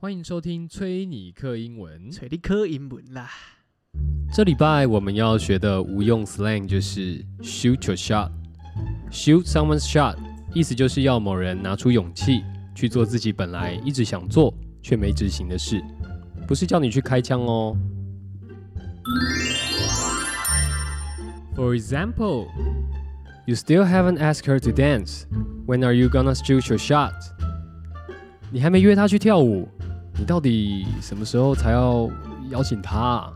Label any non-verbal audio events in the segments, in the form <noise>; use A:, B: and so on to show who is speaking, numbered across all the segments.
A: 欢迎收听崔尼克英文。
B: 找你考英文啦。
A: 这礼拜我们要学的无用 slang 就是 shoot your shot。Shoot someone's shot，意思就是要某人拿出勇气去做自己本来一直想做却没执行的事，不是叫你去开枪哦。For example, you still haven't asked her to dance. When are you gonna shoot your shot？你还没约她去跳舞，你到底什么时候才要邀请她啊、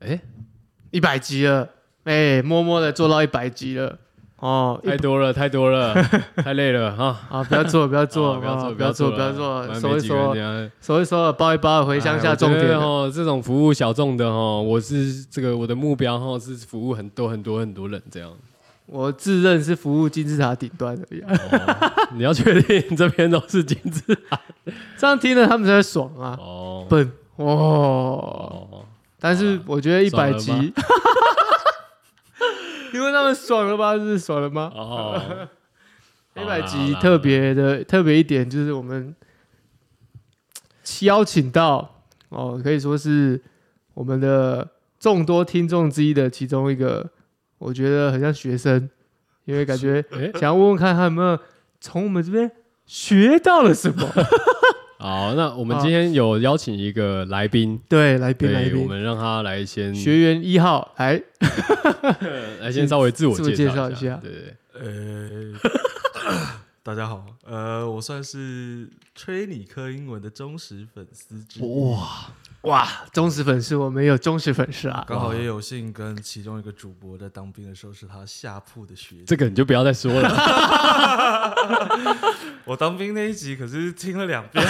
A: 哎，
B: 一百集了，哎、默默的做到一百集了。哦，
A: <laughs>
B: 一
A: 太多了，太多
B: <laughs>
A: 了，太累了哈。
B: 啊，不要
A: <laughs>
B: 做，不要做，
A: 啊不要
B: 啊
A: 做，
B: 不要做，不要
A: 不
B: 做，
A: 然
B: 收
A: 没
B: 一
A: 几个人
B: 收
A: 等，下
B: 收一收，包一包，回乡下重点了。
A: 哦，这种服务小众的哦，我是这个我的目标哦，是服务很多很多很多人这
B: <laughs>
A: 样。
B: 我自认是服务金字塔顶端的，
A: 哦、你要确定这边都是金字
B: <laughs> 这样听了他们才会爽啊，
A: 哦。
B: 笨哦。
A: 哦，
B: 但是我觉得一百
A: 爽了
B: 集， <laughs> 因为他们爽了吧？是爽了吗？
A: 哦，
B: 一百
A: 好
B: 集
A: 啦
B: 特别的特别一点就是我们邀请到哦，可以说是我们的众多听众之一的其中一个，我觉得很像学生，因为
A: <laughs>
B: 感觉
A: 诶
B: 想要问问看他有没有从我们这边学到了
A: <laughs>
B: 什么。
A: 好，那我们今天有邀请一个来宾，
B: 对，来宾来
A: 对，我
B: 宾，
A: 们让他来先
B: 学员一号哎来，
A: 来先稍微自我
B: 自我
A: 介
B: 介绍一
A: 下，
B: 下
A: 对对对。
C: 呃， <coughs> 大家好，呃，我算是吹理科英文的忠实粉丝之一，
B: 哇，忠实粉丝，我们有忠实粉
A: <laughs>
B: 丝啊，
C: 刚好也有幸跟其中一个主播在当兵的时候是他下铺的学姐。
A: 这个你就不要再说
B: <laughs>
A: 了。
C: 我当兵那一集可是听了两遍，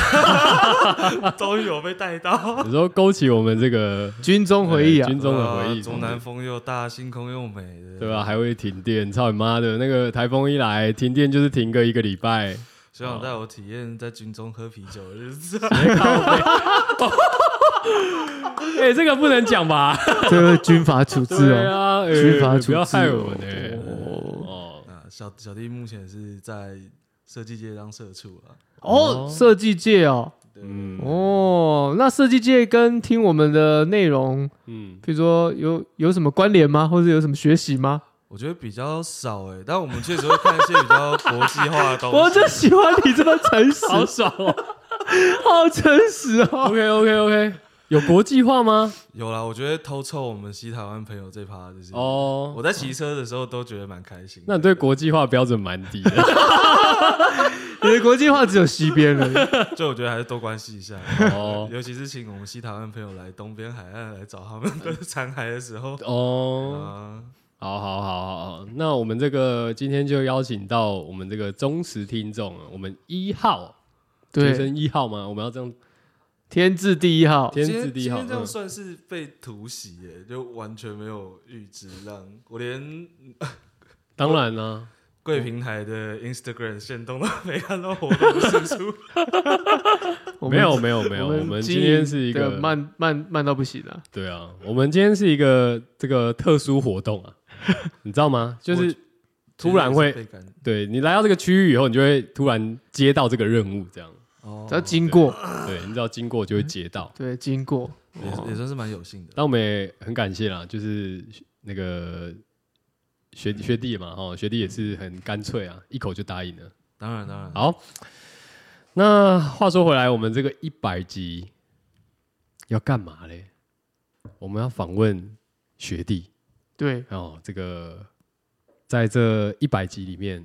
C: <laughs> 终于有被带到。
A: 有时候勾起我们这个
B: 军中回忆
A: 呃
B: 啊，
A: 军中的回忆，
C: 啊中南风又大，星空又美的，
A: 对吧？？啊还会停电，操你妈的！那个台风一来，停电就是停个一个礼拜，
C: 学长带我体验在军中喝啤酒的日子。
A: <laughs> 哦哎、这个不能讲 <laughs> 吧？
B: 这个军法处置
A: 对
B: 哦，
A: 啊，哎
B: 军法处置哦
A: 不要害我们哎、哦，
C: <laughs> 啊，小小弟目前是在设计界当社畜啊。
B: 哦，设计界哦，
A: 嗯
B: 哦，那设计界跟听我们的内容，
A: 嗯，
B: 比如说有有什么关联吗？或者有什么学习吗？
C: 我觉得比较少哎、但我们确实会看一些比较国际化的东
A: <laughs>
C: 西。
B: 我就喜欢你这么诚实，
A: 好爽 <laughs> 哦。
B: 好诚实哦。
A: OK OK OK，有国际化吗？
C: 有啦，我觉得偷凑我们西台湾朋友这趴就是，
A: 哦，
C: 我在骑车的时候都觉得蛮开心的。
A: 那你对国际化标准蛮低 <laughs> 的
B: 你的国际化只有西边了，
C: 就我觉得还是多关心一下，
A: <laughs> 哦
C: 尤其是请我们西台湾朋友来东边海岸来找他们的 <laughs> 残骸的时候
A: 哦，
C: 啊，
A: 好好好好好，那我们这个今天就邀请到我们这个忠实听众，我们一号学
B: 对，
A: 生一号吗？我们要这样
B: 天字第一号，
A: 哦天
C: 今
A: 字
C: 天
A: 第一号
C: 今天
A: 嗯
C: 这样算是被突袭耶、就完全没有预知让我连
A: 嗯当然啦、
C: 贵平台的 Instagram 线动都没看到活
A: <laughs>
C: 动的 <laughs> 输出。
B: 我
A: 没
B: 们
A: 有没有没有，我们今天是一
B: 经营
A: 个
B: 得慢慢慢到不行了，
A: 对啊，我们今天是一个这个特殊活动
B: <laughs>
A: 啊，你知道吗？就是突然会
C: 被感
A: 对你来到这个区域以后，你就会突然接到这个任务，这样
C: 哦
B: 只要经过，
A: 对，你只要经过就会接到。
B: 对，经过，
C: 也也算是蛮有幸的。
A: 但我们也很感谢啦，就是那个学学弟嘛，哈，学弟也是很干脆啊，一口就答应了。
C: 当然，当然，
A: 好，那话说回来，我们这个一百集要干嘛嘞？我们要访问学弟。
B: 对，
A: 哦，这个在这一百集里面，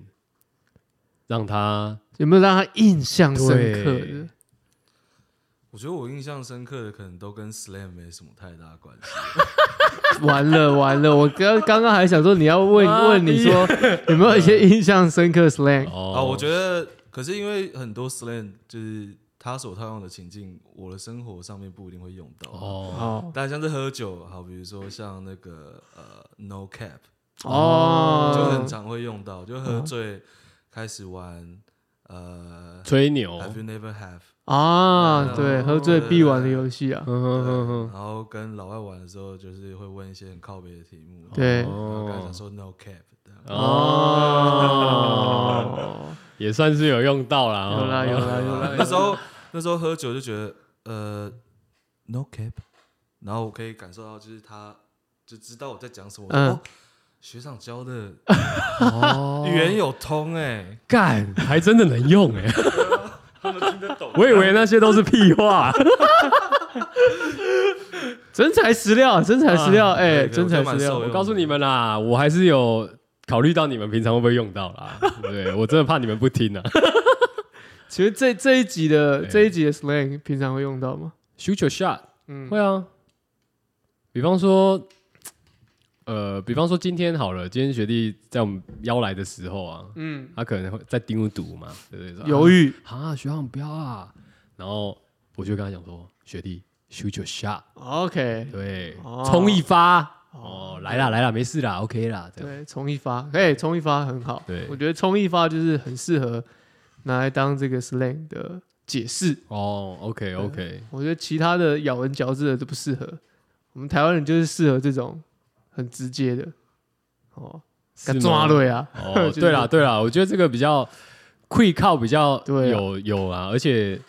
A: 让他
B: 有没有让他印象深刻
A: 对
B: 的？
C: 我觉得我印象深刻的可能都跟 slam 没什么太大关系。
B: 完了完了，我刚刚刚还想说你要问
A: 哇
B: 问你说有没有一些印象深刻 slang？
A: 哦，
C: 啊，我觉
A: 得
C: 得，可是因为很多 slam 就是他所套用的情境，我的生活上面不一定会用到。哦，
A: 哦
B: 哦
C: 但像是喝酒，好，比如说像那个呃 no cap，就很
B: 哦，
C: 常会用到，就喝醉开始玩呃呃
A: 吹牛哦
C: have you never have
B: 啊，对，喝醉
C: 对
B: 必玩的游戏啊，
A: 嗯哼哼哼，
C: 然后跟老外玩的时候，就是会问一些很靠北的题目，
B: 对
C: 然后跟他讲
A: 哦
C: 说 no cap 这样。
A: 哦，
B: 哦，
A: 也算是有用到啦。哦
B: 有啦有啦有啦，
C: 那时候那时候喝酒就觉得呃 no cap，然后我可以感受到就是他就知道我在讲什么，我说
B: 嗯
C: 哦，学长教的
A: 哦
C: 语言有通哎，
A: 干还真的能用哎，
C: 他们听得懂
A: 我以为那些都是屁话。
B: 真材实料，啊真材实料，哎，
C: 啊对对
B: 真材
C: 我觉
B: 实
C: 得蛮受
B: 料
C: 用，
A: 我告诉你们啦，我还是有考虑到你们平常会不会用到 <laughs> 啦。对我真的怕你们不听啊。
B: 其实这这一集的
A: 对
B: 这一集的 slang 平常会用到吗？
A: Shoot your shot，
B: 嗯
A: 会啊。比方说，呃，比方说今天好了，今天学弟在我们邀来的时候啊，
B: 嗯，
A: 他可能会在盯我赌嘛，对不对？说
B: 犹豫
A: 啊，学长不要啊。然后我就跟他讲说，学弟，shoot your shot，
C: 啊
B: ，OK，
A: 对
B: 哦，
A: 冲一发，
B: 哦
A: 哦，来啦来啦，没事啦，OK 啦，这样。
B: 对，冲一发，哎，冲一发很好，
A: 对
B: 我觉得冲一发就是很适合拿来当这个 slang 的解释，
A: 哦，OK OK，
B: 我觉得其他的咬文嚼字的都不适合，我们台湾人就是适合这种很直接的，哦，
A: 是吗
B: 抓对啊，
A: 哦，
B: <laughs> 就是
A: 对啦对啦，我觉得这个比较会靠比较
B: 对啊
A: 有有啊，而且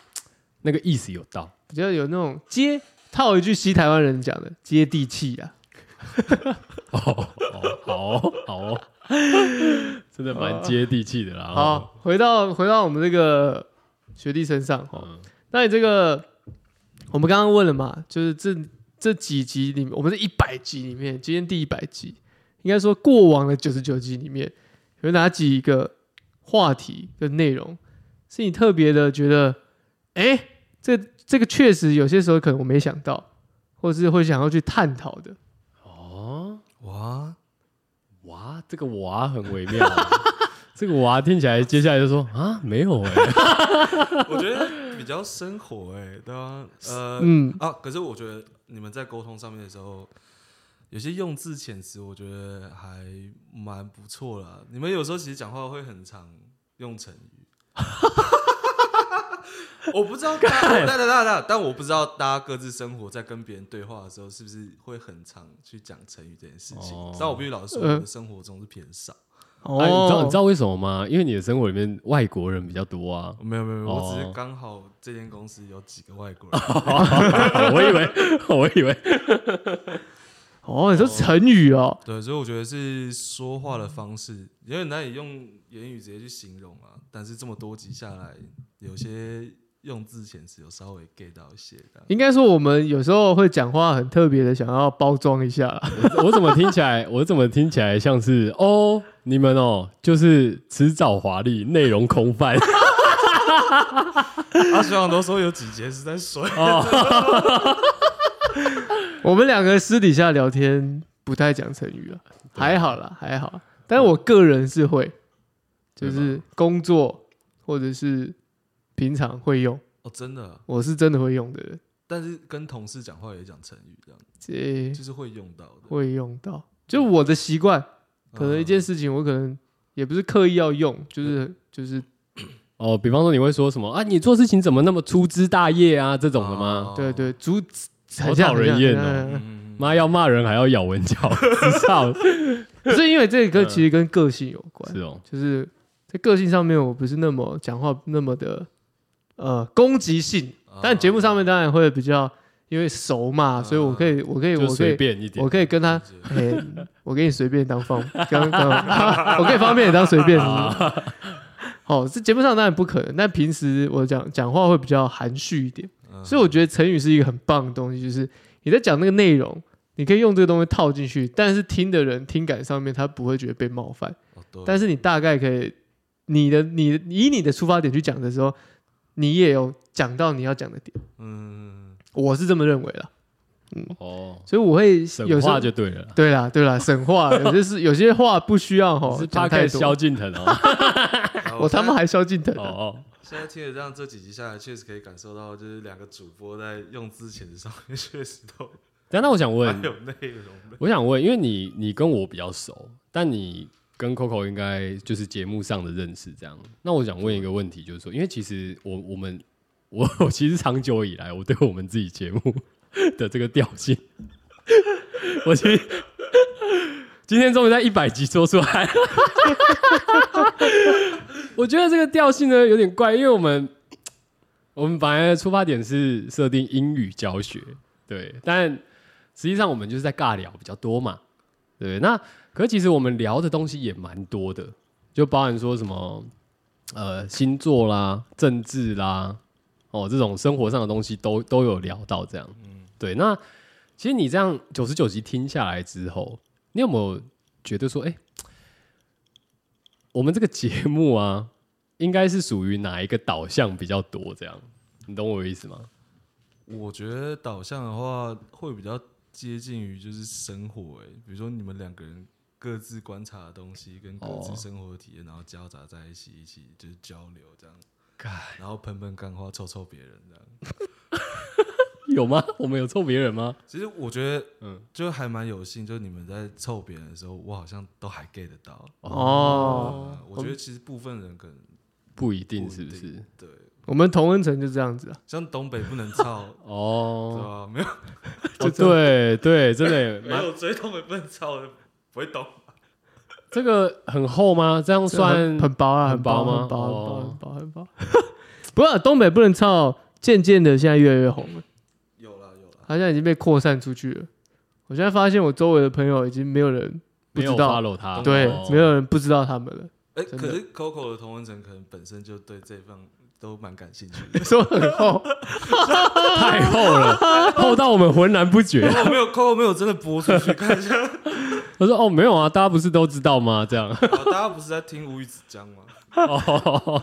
A: 那个意思有到。
B: 比较有那种接套一句西台湾人讲的接地气啊，
A: 哦，哦好哦好哦， <laughs> 真的蛮接地气的啦。哦，
B: 好，回到回到我们这个学弟身上哦。
A: 嗯
B: 那你这个，我们刚刚问了嘛，就是这这几集里面，我们是一百集里面，今天第一百集，应该说过往的九十九集里面，有哪几个话题跟内容是你特别的觉得，哎，这这个确实有些时候可能我没想到，或是会想要去探讨的。
A: 哦，
C: 哇，
A: 哇，这个娃很微妙啊。 <laughs> 这个娃听起来，接下来就说啊，没有哎、
C: 我觉得比较生活哎，对啊，呃
B: 嗯，
C: 啊，可是我觉得你们在沟通上面的时候。有些用字遣词，我觉得还蛮不错啦。你们有时候其实讲话会很常用成语， <laughs> 我不知道
A: <laughs>
C: 大家，但但但但，但我不知道大家各自生活在跟别人对话的时候，是不是会很常去讲成语这件事情
A: 哦？
C: 但我必须老实说，我的生活中是偏少。
B: 哦
A: 啊你知道你知道为什么吗？因为你的生活里面外国人比较多
B: <laughs>
A: 啊。
C: 没有没有，没有，我只
A: 哦
C: 是刚好这间公司有几个外国人，
A: 我以为， <laughs> 我以为，
B: 哦，你说成语哦，
C: 对，所以我觉得是说话的方式有点难以用言语直接去形容啊。但是这么多集下来，有些用字遣词有稍微 get 到一些的。
B: 应该说我们有时候会讲话很特别的，想要包装一下啦。 <laughs>
A: 我怎么听起来，我怎么听起来像是哦，你们哦，就是迟早华丽，内容空泛
C: 阿学啊长都说有几节是在水，
B: <laughs>
A: 哦。
B: 我们两个私底下聊天不太讲成语啊，
A: 对
B: 还好啦，还好。但我个人是会，就
A: 嗯对吧
B: 是工作或者是平常会用，
C: 哦，真的。
B: 我是真的会用的人，
C: 但是跟同事讲话也讲成语，这样
B: 这
C: 就是会用到的。
B: 会用到。就我的习惯，可能一件
C: 嗯
B: 事情我可能也不是刻意要用，就是就是
A: 哦，比方说你会说什么啊？你做事情怎么那么粗枝大叶啊？这种的吗？
C: 哦
B: 对对，主
A: 好讨人厌哦
C: 嗯
B: 哦。
C: 嗯嗯
A: 妈要骂人还要咬文嚼字，操！
B: <laughs> 是因为这个其实跟个性有
A: 嗯
B: 关
A: 是，
B: <laughs>
A: 哦，
B: 就是在个性上面，我不是那么讲话那么的呃攻击性，
A: 啊
C: 哦
B: 但节目上面当然会比较，因为熟嘛，
C: 啊
B: 所以我可以，我可以，
A: 就
B: 我可
A: 随
B: 以，
A: 便一点
B: 我。可以
A: <laughs>
B: 跟他，
C: 是
B: 哎、我给你随便当方，当当， <laughs> 我可以方便你当随便，是不是？
A: 啊
B: 好，这节目上当然不可能，但平时我讲讲话会比较含蓄一点，
C: 嗯
B: 所以我觉得成语是一个很棒的东西，就是你在讲那个内容，你可以用这个东西套进去，但是听的人听感上面他不会觉得被冒犯。
C: 哦对
B: 但是你大概可以，你的你以你的出发点去讲的时候，你也有讲到你要讲的点，
C: 嗯，
B: 我是这么认为啦。
A: 哦，
B: 所以我会有
A: 神
B: 时候
A: 话就对了啦。
B: 对啦对啦，神话有些是有些话不需要吼
A: 是
B: 哦讲
A: 他
B: 太
A: 看
B: 多
A: 萧，敬腾哦，
C: 嗯
B: <laughs>
C: 好
B: 我他妈还萧敬腾
A: 哦
B: 啊，
A: 哦，
C: 现在听了这样这几集下来，确实可以感受到，就是两个主播在用字遣词上面 <laughs> 确实都
A: 等一下那我想问
C: 蛮，有内容的。
A: 我想问，因为你你跟我比较熟，但你跟 Coco 应该就是节目上的认识这样。那我想问一个问题，就是说，因为其实我我们 <laughs> 我我其实长久以来，我对我们自己节目 <laughs> 的这个调性，我其实今天终于在一百集说出来了。 <laughs> 我觉得这个调性呢有点怪，因为我们我们本来的出发点是设定英语教学，对，但实际上我们就是在尬聊比较多嘛，对。那可是其实我们聊的东西也蛮多的，就包含说什么呃星座啦、政治啦，哦这种生活上的东西都都有聊到这样。对。那其实你这样九十九集听下来之后，你有没有觉得说，哎、我们这个节目啊，应该是属于哪一个导向比较多？这样，你懂我的意思吗？
C: <laughs> 我觉得导向的话会比较接近于就是生活、欸，比如说你们两个人各自观察的东西跟各
A: 哦
C: 自生活的体验，然后交杂在一起，一起就是交流这样，然后喷喷干话，臭臭别人这样。
A: 有吗？我们有臭别人吗？
C: 其实我觉得，
A: 嗯
C: 嗯，就还蛮有幸，就是你们在凑别人的时候，我好像都还 get 得到。
B: 哦，
C: 呃我觉得其实部分人可能
A: 不一定，
C: 不一
A: 是
C: 定
A: 不是？，
C: 对，
B: 我们同温层就这样子啊，
C: 像东北不能操
B: 啊
A: 哦
C: 对，吧？没有
A: 哦，对对，真的
C: 没
A: 蛮
C: 有追东北不能操的，不会懂。
A: 这个很厚吗？这样算
B: 很很薄啊，
A: 很薄
B: 薄
A: 吗
B: 很薄，很薄，
A: 哦
B: 很薄，很薄。 <laughs> 不过东北不能唱，渐渐的现在越来越红了，
C: 有啦有啦，
B: 它现在已经被扩散出去了。我现在发现我周围的朋友已经没有人不
A: 没
B: 知
A: 有
B: 道，
A: follow 他，
B: 对
A: 哦，
B: 没有人不知道他们了。 <laughs>
C: 哎，
B: 真的
C: 可是 Coco 的同文层可能本身就对这方都蛮感兴趣
B: <laughs>
C: 的。
B: 说很厚，
A: 太厚
B: <laughs>
A: 了，厚到我们浑然不觉。
C: Coco 没有 Coco 没有真的播出去，看一下。
A: 我说哦，没有啊，大家不是都知道吗？
B: <laughs>
A: 这样
C: 哦好大家不是在听吴语子讲吗？
A: 哦，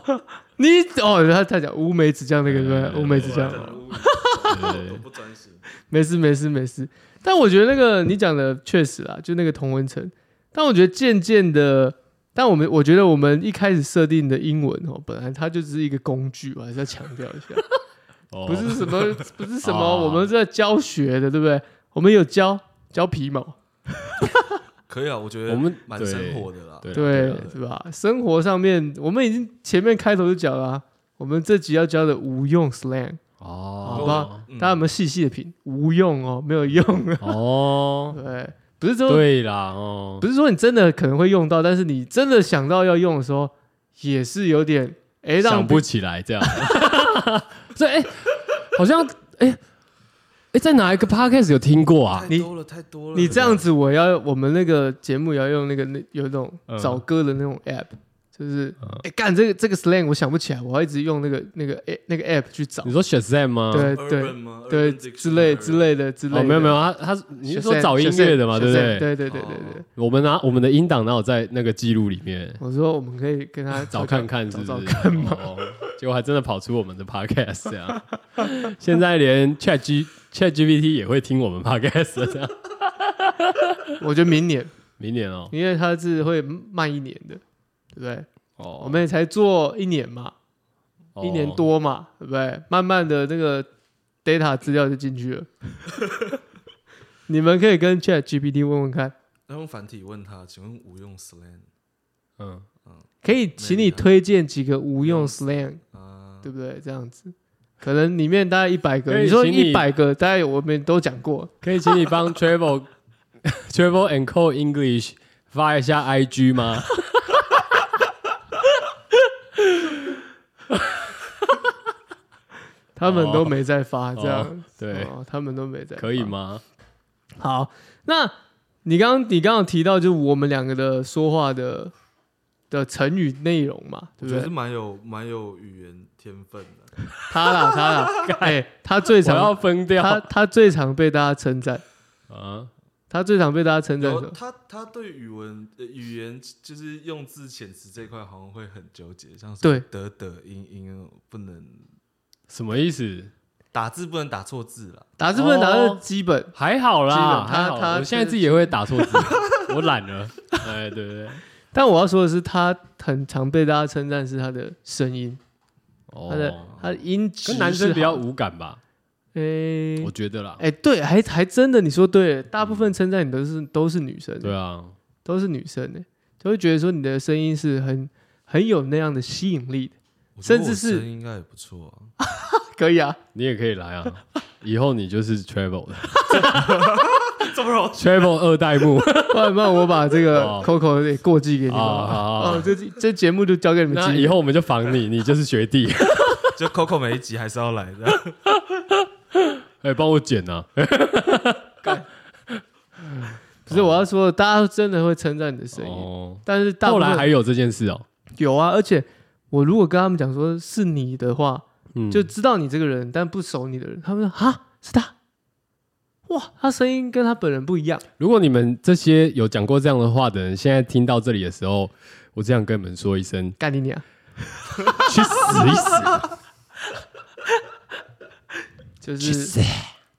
B: 你哦，他他讲乌梅子酱那个对不对，乌梅子
A: 这
B: 酱
A: 样，
C: 啊吴语子讲
A: 对
C: 我都不专心。
B: 没事没事没事。但我觉得那个你讲的确实啦，就那个同文层。但我觉得渐渐的，但我们我觉得我们一开始设定的英文哦，本来它就只是一个工具，我还是要强调一下，
A: <laughs> 哦
B: 不是什
A: <laughs>
B: 么不是什么，
A: 哦
B: 我们是在教学的，对不对？我们有教教皮毛，
C: 可以啊，我觉得
A: 我们
C: 蛮
A: 对
C: 生活的啦。
A: 对啊
B: 对
A: 啊
B: 是吧？生活上面，我们已经前面开头就讲了啊、我们这集要教的无用 slang，
A: 哦，
B: 好
C: 吧嗯
B: 大家有没有细细的品？无用哦，没有用啊，
A: 哦，
B: 对，不是说
A: 对啦，哦，
B: 不是说你真的可能会用到，但是你真的想到要用的时候，也是有点哎，让
A: 想不起来这样。 <laughs> 所以哎、好像哎哎、哎在哪一个 podcast 有听过啊？
C: 太多了，太多了。
B: 你这样子，我要我们那个节目也要用那个那有一种
A: 嗯
B: 找歌的那种 app，、就是哎干这个这个 slang 我想不起来，我要一直用那个那个哎那个 app 去找
A: 你，说 Shazam 吗？
B: 对
C: Urban
B: 对
C: 吗？
B: 对之类之类的之类的。
A: 哦，没有没有，他他是你是说
B: Shazam，
A: 找音乐的嘛，
B: Shazam，
A: 对不对？
B: 对对对对对
C: 哦。
A: 我们拿我们的音档哪有在那个记录里面
B: 我说我们可以跟他
A: <laughs> 找看看是不
B: 找
A: 是？
B: 找看嘛。
A: 哦，结果还真的跑出我们的 podcast 这样。现在连 Chat G Chat GPT 也会听我们 podcast 了这样。
B: 我觉得明年，
A: 明年哦，
B: 因为它是会慢一年的，对不对？
A: 哦，
B: 我们也才做一年嘛，
A: 哦
B: 一年，多嘛，对不对？慢慢的那个 data 资料就进去了。 <laughs> 你们可以跟 Chat GPT 问问看，
C: 要用繁体问他，请问无用 slang
A: 嗯，
B: 可以请你推荐几个无用 slang，
C: 啊？
B: 对不对？这样子，可能里面大概一百个，
A: 可以
B: 你说
A: 请你
B: 一百个，大概我们都讲过，
A: 可以请你帮 Travel <laughs> Travel and Co English 发一下 IG 吗？
B: 他们都没在发，这样、
A: 哦对
B: 哦他们都没在，
A: 可以？吗？
B: 好，那你刚你刚刚有提到，就是我们两个的说话的的成语内容嘛，对不
C: 我觉得
B: 对
C: 是？蛮有蛮有语言天分的。
A: <laughs>
B: 他啦他啦，哎、他最
A: 我
B: 常
A: 要分掉
B: 他他最常被大家称赞，
A: 啊！
B: 他最常被大家称赞
C: 然
B: 什
C: 后
B: 么？
C: 他他对语文呃语言就是用字遣词这一块好像会很纠结，像是
B: 对
C: 得得音音那种不能
A: 什么意思？
C: 打字不能打错字啦。
B: 打字不能打
A: 哦
B: 是基本，
A: 还好
B: 基
A: 啦，
B: 本
A: 还
B: 他
A: 好
B: 他
A: 我现在自己也会打错 <laughs> 字，我懒了。哎，对对对，
B: 但我要说的是，他很常被大家称赞是他的声音，他的
A: 哦，
B: 他的音质
A: 跟男生
B: 是
A: 比较
B: 好的，
A: 无感吧，
B: 哎
A: 我觉得啦。
B: 哎，对，还还真的，你说对了，大部分称赞你都是都是女生，
A: 对啊，
B: 都是女生呢，就会觉得说你的声音是很很有那样的吸引力的，
C: 我觉
B: 甚
C: 得
B: 至
C: 我
B: 是
C: 声音应该也不错啊。
B: 可以啊，
A: 你也可以来 <laughs> 啊，以后你就是 travel <laughs> 的
C: 这么容
A: travel 二代 <laughs> 目
B: 那那我把这个
A: 哦
B: Coco 也过继给你
A: 啊
B: 们吧。
A: 好
B: 哦
A: 好，
B: 这这节目就交给你们
A: 那
B: 经
A: 以
B: 营。
A: 后我们就防你，你就是学弟， <laughs>
C: 易，就 Coco 每一集还是要来的。
A: 哎，帮我剪啊，
B: 不是我要说，大家真的会称赞你的声音，
A: 哦，
B: 但是大部
A: 后来
B: 分
A: 还有这件事哦，
B: 有啊，而且我如果跟他们讲说是你的话，
A: 嗯，
B: 就知道你这个人，但不熟你的人，他们说哈是他，哇，他声音跟他本人不一样，
A: 如果你们这些有讲过这样的话的人，现在听到这里的时候，我只想跟你们说一声，
B: 干你娘！
A: 去死一死，
B: 就
A: 去
B: 是
A: 死，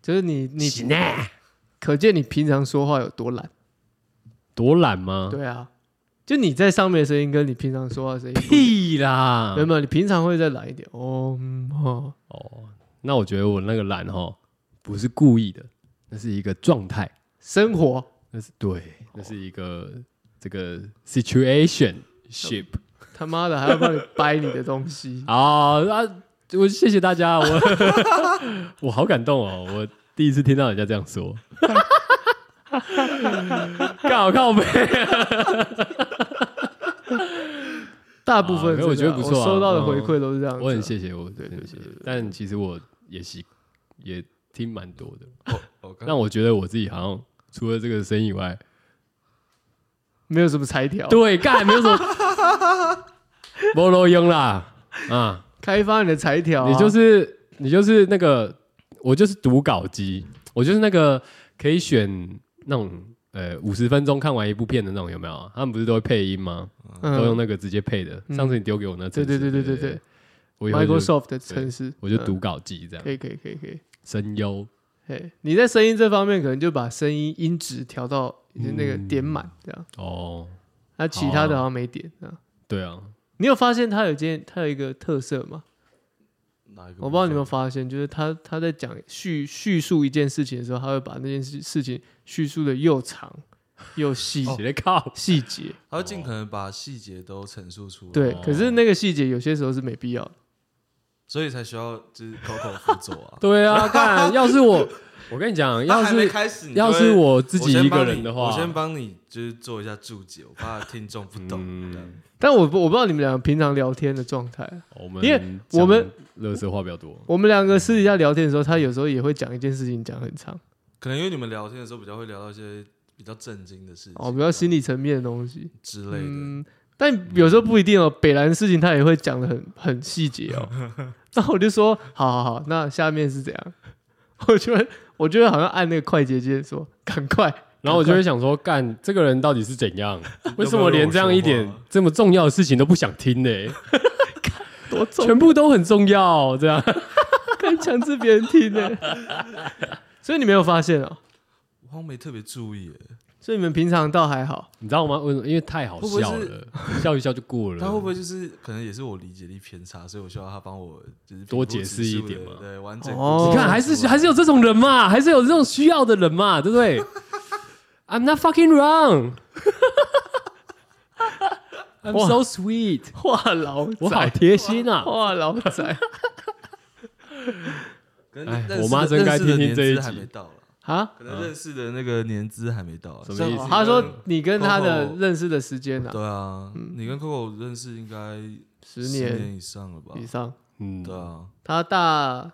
B: 就是你你，
A: 死呢？
B: 可见你平常说话有多懒。
A: 多懒吗？
B: 对啊，就你在上面的声音跟你平常说话的声音不一样，
A: 屁啦！
B: 原本你平常会再懒一点哦，嗯哦，
A: 哦，那我觉得我那个懒哈，不是故意的，那是一个状态，
B: 生活
A: 那是对，那是一个这个 situation ship，
B: 他妈的还要帮你掰你的东西
A: 啊
B: 哦
A: 啊！我谢谢大家，我 <laughs> 我好感动哦，我第一次听到人家这样
B: <laughs>
A: 说，干好靠背。
B: 大部分
A: 啊
B: 是
A: 可我觉得
B: 这样
A: 不错啊
B: 收到的
A: 嗯
B: 回馈都是这样子啊，
A: 我很谢谢我，
B: 对
A: 真的
B: 对
A: 谢
B: 对
A: 谢但其实我也习也听蛮多的，
C: 哦我
B: 嗯
C: 刚
A: 让我觉得我自己好像除了这个声音以外，
B: 没有什么裁条，
A: 对，干没有什么，没路用啦啊！
B: 开发你的裁条啊，
A: 你就是你就是那个，我就是读稿机，我就是那个可以选那种呃五十分钟看完一部片的那种，有没有啊？他们不是都会配音吗？
B: 嗯
A: 都用那个直接配的。
B: 嗯
A: 上次你丢给我那
B: 对
A: 程
B: 对
A: 式，
B: 对对对对
A: 对，我以后就
B: Microsoft 的城市，
A: 我就
B: 嗯
A: 读稿机这样
B: 可，以可以可以可以。
A: 声优
B: 嘿，你在声音这方面可能就把声音音质调到已经那个
A: 嗯
B: 点满这样，
A: 哦，
B: 那、其他的好像没点啊。
A: 对啊，
B: 你有发现他有件他有一个特色吗？
C: 哪一个？
B: 我不知道你有没有，发现，就是他他在讲叙叙述一件事情的时候，他会把那件事事情叙述的又长又细
A: 写的靠。
B: 细节。
C: 他会尽可能把细节都陈述出来，
B: 对
A: 哦，
B: 可是那个细节有些时候是没必要的。
C: 所以才需要就是 Coco 辅佐
A: <laughs>
C: 啊。
A: 对啊，干，要是我，我跟你讲，
C: 他
A: 要
C: 还没
A: 是
C: 开始，你就会
A: 要是我自己一个人的
C: 我
A: 话，
C: 先帮你，我先帮你就是做一下注解，我怕听众不懂。这样
B: 但我不我不知道你们两个平常聊天的状态啊。
A: 哦我们
B: 因为我们
A: 乐色话比较多，
B: 我们两个私底下聊天的时候，他有时候也会讲一件事情讲很长，
C: 可能因为你们聊天的时候比较会聊到一些比较震惊的事情，
B: 哦，比较心理层面的东西。
C: 啊之类的。
B: 嗯，但有时候不一定哦。北兰事情他也会讲的很很细节哦。那我就说，好好好，那下面是怎样？我就会，我就会好像按那个快捷键说，赶快。
A: 然后我就会想说，干这个人到底是怎 <laughs> 样？为什么连这样一
C: 要不要
A: 点
C: 让我说话
A: 这么重要的事情都不想 <laughs> 听呢？
B: 多重，
A: 全部都很重要，这样
B: 可以强制别人听呢。所以你没有发现哦，
C: 我好像没特别注意耶，
B: 所以你们平常倒还好，
A: <laughs> 你知道吗？为什么？因为太好笑
C: 会
A: 了，笑一笑就过
C: 他会不
A: 了。
C: 会就是可能也是我理解力偏差，所以我需要他帮我就是
A: 多
C: 评
A: 解
C: 估
A: 释一点
C: 指数的
A: 嘛
C: 对，完整
B: 哦
A: 你看，还是还是有这种人嘛，还是有这种需要的人嘛，对不 <laughs> 对？I'm not fucking wrong. <laughs> I'm <laughs>
B: 哇
A: so sweet.
B: 话痨
A: 我好
B: 仔，
A: 贴心 <laughs> 啊！
B: 话痨仔
C: 跟
A: 哎
C: 认识
A: 我妈真该听听这一集嗯
C: 认识的年资还没到啦
B: <laughs> 啊。
C: 可能认识的那个年资还没到啊，
A: 什么意思嗯
C: 像
B: 他说你跟他的
C: Coco-
B: 认识的时间啊，
C: 对啊，你跟 Coco 认识应该
B: 十
C: 十
B: 年
C: 以上了吧？
B: 以上。
A: 嗯，
C: 对啊，
B: 他大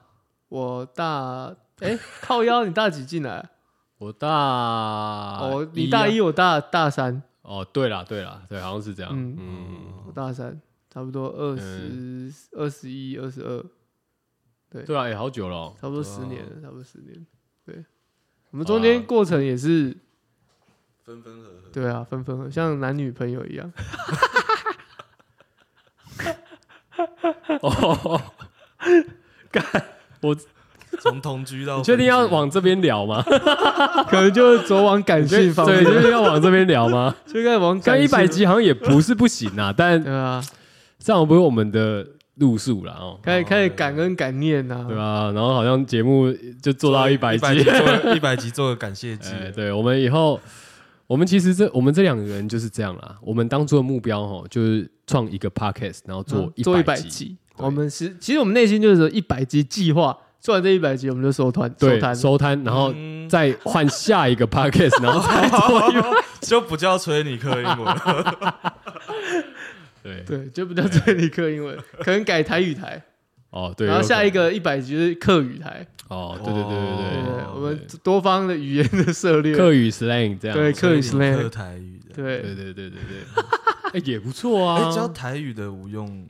B: 我大，哎、 <laughs> 靠腰你大几进来啊？
A: 我大
B: 哦，你大一，
A: 啊
B: 我大大三，
A: 哦，对啦对啦，对，好像是这样。
B: 嗯
C: 啊
A: 嗯，
B: 我大三，差不多二
C: 嗯
B: 十二十一、二十二，
A: 对啊，也好久了 <laughs> 哦。
B: 差不多
C: 对啊
B: 十年了，差不多十年。对，我们中间过程也是，
C: 分分合合。
B: 对啊，分分合，像男女朋友一样。 <laughs>
A: 哦，
C: 从同居到
A: 你确定
C: 分居
A: 要往这边聊 <laughs> 吗？
B: 可能就是走往感性方面
A: 对，，就是要往这边聊 <laughs> 吗？
B: 就该往
A: 像
B: 感
A: 一百
B: 性，
A: 集好像也不是不行啊，但
B: 对啊，
A: 这样不是我们的路数了哦，
B: 开始开始感恩感念啊呐、
A: 对啊吧？然后好像节目就做到一百集，
C: 做一百集做个感谢祭，
A: <laughs> 哎，对，我们以后，我们其实这我们这两个人就是这样啦。我们当初的目标哈，就是创一个 podcast，然后做
B: 嗯做一
A: 百
B: 百
A: 集，
B: 集，我们是其实我们内心就是一百集计划，做完这一百集我们就收摊收
A: 对
B: 摊，
A: 收摊，然后
C: 嗯
A: 再换下 <laughs> 一个 podcast，然后再做一个
C: 就不叫崔尼克英文了，
A: 对
B: 对，就不叫这里课英文， <laughs> 可能改台语台，
A: 哦 <laughs> 对，
B: 然后
A: 有
B: 下
A: 可
B: 一个一百集就是客语台，
A: 哦对对对
B: 对
A: 对
C: 哦
B: 我们多方的语言的策略
A: 对，，客语 slang 这样，
B: 对克里斯勒
C: 克台语的，
A: 对
B: 对，
A: 对对对对， <laughs> 哎也不错
C: 哎，
A: 啊，
C: 教台语的无用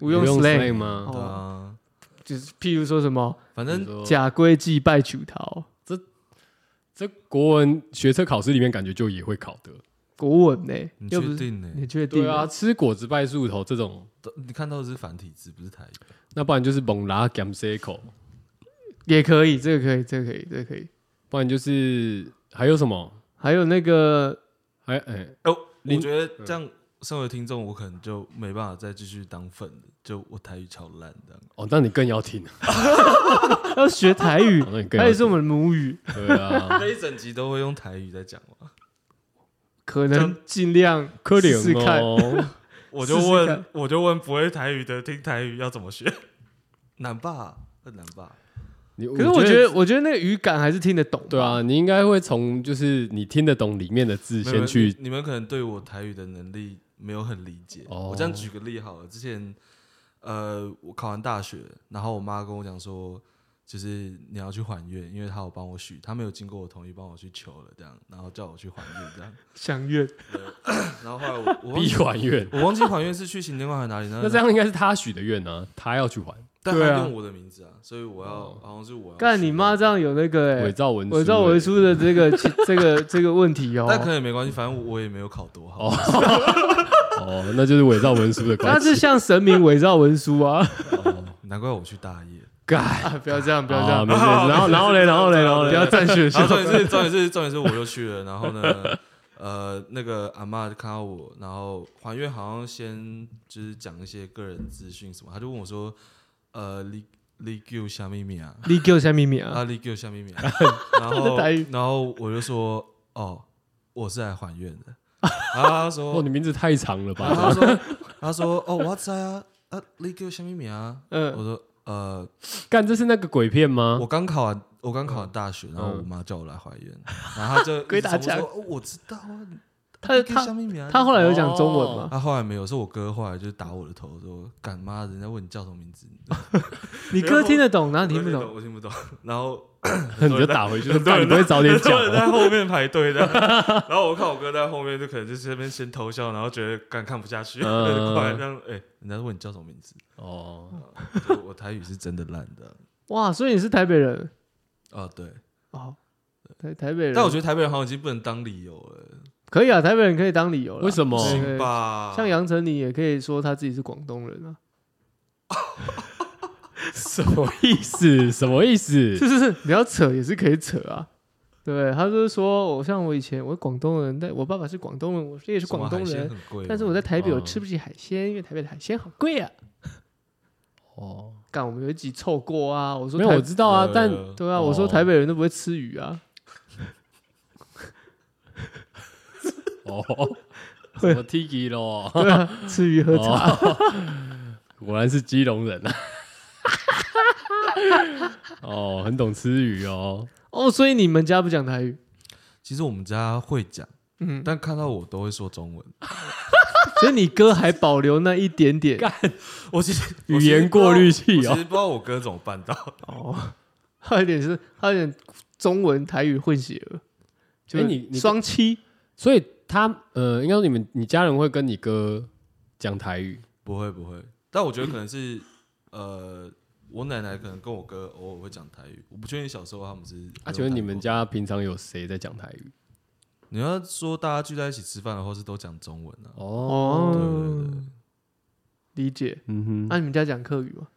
B: 无用 slang
A: slang 吗？
C: 的
B: 哦
C: 啊，
B: 就是譬如说什么
C: 反
A: 比如
C: 正
A: 说
B: 假规祭拜求桃，
A: 这国文学测考试里面感觉就也会考的，
B: 国文呢、
C: 你
B: 又不
C: 确
B: 是
C: 定呢？
B: 你确定
A: 对啊，？吃果子拜树头这种，
C: 都你看到的是繁体字，不是台语。
A: 那不然就是猛拉 gam s e c o
B: 也可以，这个可以，这个可以，这个可以。
A: 不然就是还有什么？
B: 还有那个
A: 还哎
C: 哦，
A: 你
C: 我觉得这样，身为听众，我可能就没办法再继续当粉了，就我台语超烂这样。
A: 哦，那你更要听，
B: 要学台
A: <laughs>
B: 语
A: 哦，那你更
B: 台
A: 要
B: 语是我
A: 听，
B: 们的母语，
A: 对
C: <laughs>
A: 啊，
C: 这一整集都会用台语在讲
B: <laughs>
C: 嘛，
B: 可能尽量
A: 可
B: 试试
A: 怜
B: 看。
A: 哦，
C: 我就
B: 试试
C: 问
B: 看，
C: 我就问不会台语的听台语要怎么
B: <laughs>
C: 学？难吧，很难吧？
A: 你
B: 可是我觉得，我觉得那个语感还是听得懂。
A: 对，啊，你应该会从就是你听得懂里面的字
C: 没有
A: 先
C: 你
A: 去
C: 你们可能对我台语的能力没有很理解。
A: 哦
C: 我这样举个例好了，之前呃，我考完大学，然后我妈跟我讲说，就是你要去还愿，因为她有帮我许，她没有经过我同意帮我去求了，这样，然后叫我去还愿这样。
B: 相约
C: <laughs> 然后后来我我忘
A: 闭
C: 记
A: 还愿。
C: 我忘记还愿是去行天宫还是哪里，那
A: 那这样应该是他许的愿啊，他要去还
C: 但
B: 对
C: 他
B: 啊
C: 用我的名字啊，所以我要、
A: 哦
C: 好像是我要
B: 干
C: 去
B: 你妈！这样有那个
A: 伪
B: 哎，
A: 造文书、
B: 伪造文书的这 <laughs> 个其这个这个问题哦。
C: 但可能也没关系，反正我我也没有考多好。
A: 哦哦，那就是伪造文书的
B: 那 <laughs>
A: 关系。
B: 是向神明伪造文书啊！
C: 哦难怪我去大业。
A: 干，
B: <laughs> 啊不要这样，不要这
A: 啊
B: 样
A: 没，事没事然后然后嘞，然后嘞，然后
B: 不
A: 嘞，
B: 要占学校
C: <laughs> 然后。
B: <laughs>
C: 重点是重点是重点是我又去了，然后呢，呃，那个阿嬷就看到我，然后还愿好像先就是讲一些个人资讯什么，他就问我说，呃，你你叫虾米名啊？
B: 你给我下秘密啊！
C: 啊，你叫虾米名？然后
B: 的台语
C: 然后我就说，哦，我是来还愿的。然后他说
A: 哦，，你名字太长了
C: 然
A: 吧？
C: 后他说，他说，哦，我知道啊，啊，你叫什么名啊？ <laughs> 我
B: 嗯，
C: 说，呃，
A: 干，这是那个鬼片吗
C: 我？刚考完，我刚考完大学，然后我妈叫我来怀孕， <laughs> 然后他就
B: 鬼打墙
C: 一直重复说哦我知道啊，
B: 他
C: 你叫什
B: 他
C: 么名啊？
B: 他后来有讲中文
A: 哦
B: 吗？
C: 他后来没有，是我哥后来就打我的头说，干妈，人家问你叫什么名字，
B: 你哥听得懂，然啊后你听不
C: 我
B: 懂。
C: 我听不懂。 <laughs> 然后
A: <laughs> 你就打回去
C: <laughs>
A: 说，干，你不会早点
C: 很
A: 讲
C: 多人
A: 哦？
C: 在后面排队的，然后我看我哥在后面，就可能就是那边先偷笑，然后觉得干看不下去， <laughs>
A: 嗯
C: 过来这样，哎，人家问你叫什么名字，
A: 哦，
C: 就我台语是真的烂的。
B: 哇，所以你是台北人
C: 啊，对，
B: 哦，台台北人。
C: 但我觉得台北人好像已经不能当理由了，
B: 可以啊，台北人可以当理由了。
A: 为什么
C: 不
A: 哦
C: 行吧？
B: 像杨丞琳也可以说他自己是广东人啊，
A: 什么意思？什么意思？
B: 是是是，你要扯也是可以扯啊。对，他就是说我像我以前我是广东人，但我爸爸是广东人，我也是
C: 什么
B: 广东
C: 海鲜啊
B: 人，
C: 很贵吗，
B: 但是我在台北我
A: 嗯
B: 吃不起海鲜，因为台北的海鲜好贵啊。
A: 哦，
B: 干，我们有一集凑过啊，我说
A: 没有，
B: 台
A: 我知道啊，
C: 呃
A: 但
B: 对啊，我说
A: 哦
B: 台北人都不会吃鱼啊，
A: 哦，什么 Tiki 咯？
B: 对啊，吃鱼喝茶。
A: 哦果然是基隆人啊！哦，很懂吃鱼哦。
B: 哦，所以你们家不讲台语，
C: 其实我们家会讲，
B: 嗯，
C: 但看到我都会说中文。
B: 所以你哥还保留那一点点
A: 干
C: 我其实
A: 语言过滤器哦
C: 我其实不知道我哥怎么办到。 <laughs>
B: 哦，还有一点是，还有一点中文台语混血儿，就
A: 哎
B: 是
A: 你你
B: 双七
A: 所以他呃，应该说你们你家人会跟你哥讲台语
C: 不会不会，但我觉得可能是呃，我奶奶可能跟我哥偶尔会讲台语，我不确定小时候他们是。
A: 啊？请问你们？家平常有谁在讲台语？
C: 你要说大家聚在一起吃饭的话，是都讲中文啊。
A: 哦，
B: 哦
C: 对对对，
B: 理解。
A: 嗯
B: 那、
A: 哼，
B: 你们家讲客语吗？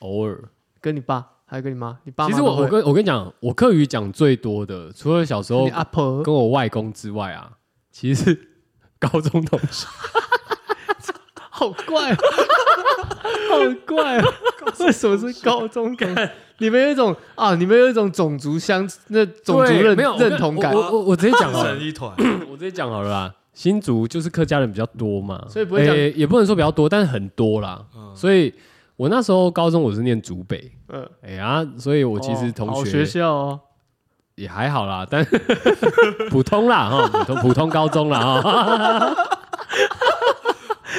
A: 偶尔。
B: 跟你爸还有跟你妈？你爸
A: 其
B: 妈
A: 实我
B: 都会
A: 我跟我跟你讲，我客语讲最多的，除了小时候
B: 你啊阿婆
A: 跟我外公之外啊，其实
B: <laughs>
A: 是高中同学。
B: 好 <laughs> 怪、哦，好怪、哦，为什么是高中感？你们有一种啊，你们有一种种族相那种族
A: 对
B: 认
A: 没有我跟
B: 认同感
A: 我，我我我直接讲啊
C: 讲
A: 好了
B: <laughs>
C: 成，
A: <coughs>
C: 一团。哦
A: 我直接讲好了啦，新竹就是客家人比较多嘛，
B: 所以不会讲
A: 诶也不能说比较多，但是很多啦。
C: 嗯
A: 所以我那时候高中我是念竹北，
B: 嗯，
A: 哎呀，所以我其实
B: 哦
A: 同
B: 好
A: 学
B: 学校哦，
A: 也还好啦，但 <laughs> 普通啦哈，普通普通高中啦哈。
B: <laughs>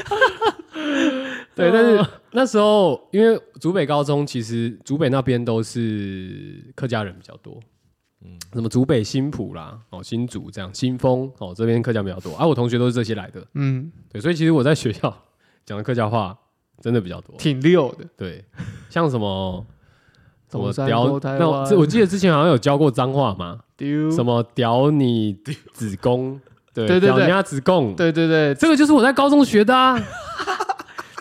A: 对，但
B: 哦
A: 是那时候因为竹北高中，其实竹北那边都是客家人比较多，嗯，什么竹北新浦啦，哦新竹这样，新丰哦这边客家比较多，啊，我同学都是这些来的，
B: 嗯，
A: 对，所以其实我在学校讲的客家话真的比较多，
B: 挺溜的，
A: 对，像什么什么
B: 东山
A: 屌
B: 勾，台
A: 那我
B: 湾
A: 这我记得之前好像有教过脏话嘛，
B: 丢
A: 什么屌你子宫，对
B: 对对
A: 屌
B: 对
A: 人家子宫，，
B: 对对对，
A: 这个就是我在高中学的啊，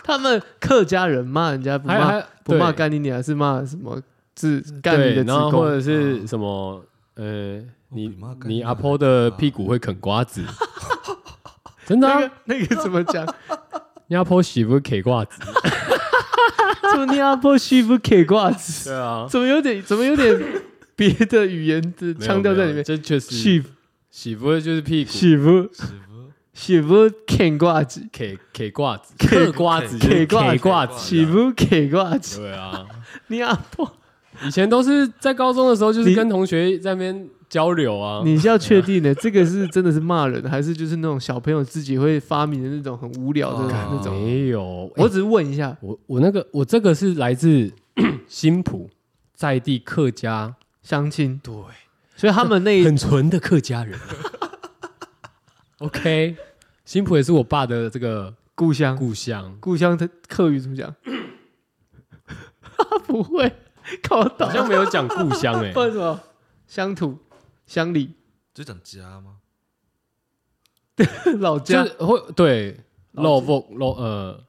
B: 他们客家人骂人家 <laughs> 不
A: 还
B: 骂
A: 还
B: 不骂
A: 对
B: 干你娘，是骂什么？是干你
A: 对，
B: 的子
A: 然后或
B: 宫，啊
A: 者是什么呃，
C: 比
A: 你
C: 妈干
A: 你
C: 娘
A: 阿婆的
C: 啊
A: 屁股会啃瓜
B: <laughs>
A: 子，真的
B: 那
A: 啊
B: 个，那个怎么讲？
A: 你阿婆媳妇啃瓜子，
B: 怎么你阿波西不给挂子？
A: 对啊，
B: <laughs> 怎么有点怎么有 <laughs> 点别的语言
A: 没
B: 的
A: 有
B: 腔调在里
A: 没有
B: 面？
A: 这确实
B: 媳
A: 媳妇就是屁股
B: 媳妇
C: 师傅，
B: 媳妇给挂子，
A: 啃啃瓜子，嗑瓜子就是
B: 啃瓜
A: 啃
B: 子
A: 瓜
C: 哇
A: 子，
B: 媳妇给挂子，
A: 对啊。
B: 你阿波，
A: 以前都是在高中的时候，就是
B: 你
A: 跟同学在那边交流啊。
B: 你是要确定的，这个是真的是骂人，还是就是那种小朋友自己会发明的那种很无聊的
C: 哦
B: 那种？
A: 没有，
B: 我
A: 我
B: 只是问一下，
A: 我我那个我这个是来自 <clears throat> 新浦在地客家，
B: 相亲，
A: 对，
B: 所以他们那一
A: 很纯的客家人。OK，新浦也是我爸的这个
B: 故乡
A: 故乡，
B: 故乡的客语怎么 <laughs> 讲？他不会，搞倒
A: 好，像没有讲故乡
B: <laughs>
A: 哎、
B: 不然什么乡土、乡里、
C: 就讲家吗？
B: 老
A: 就
B: 家
A: 是、会对老
B: 老
A: 屋老呃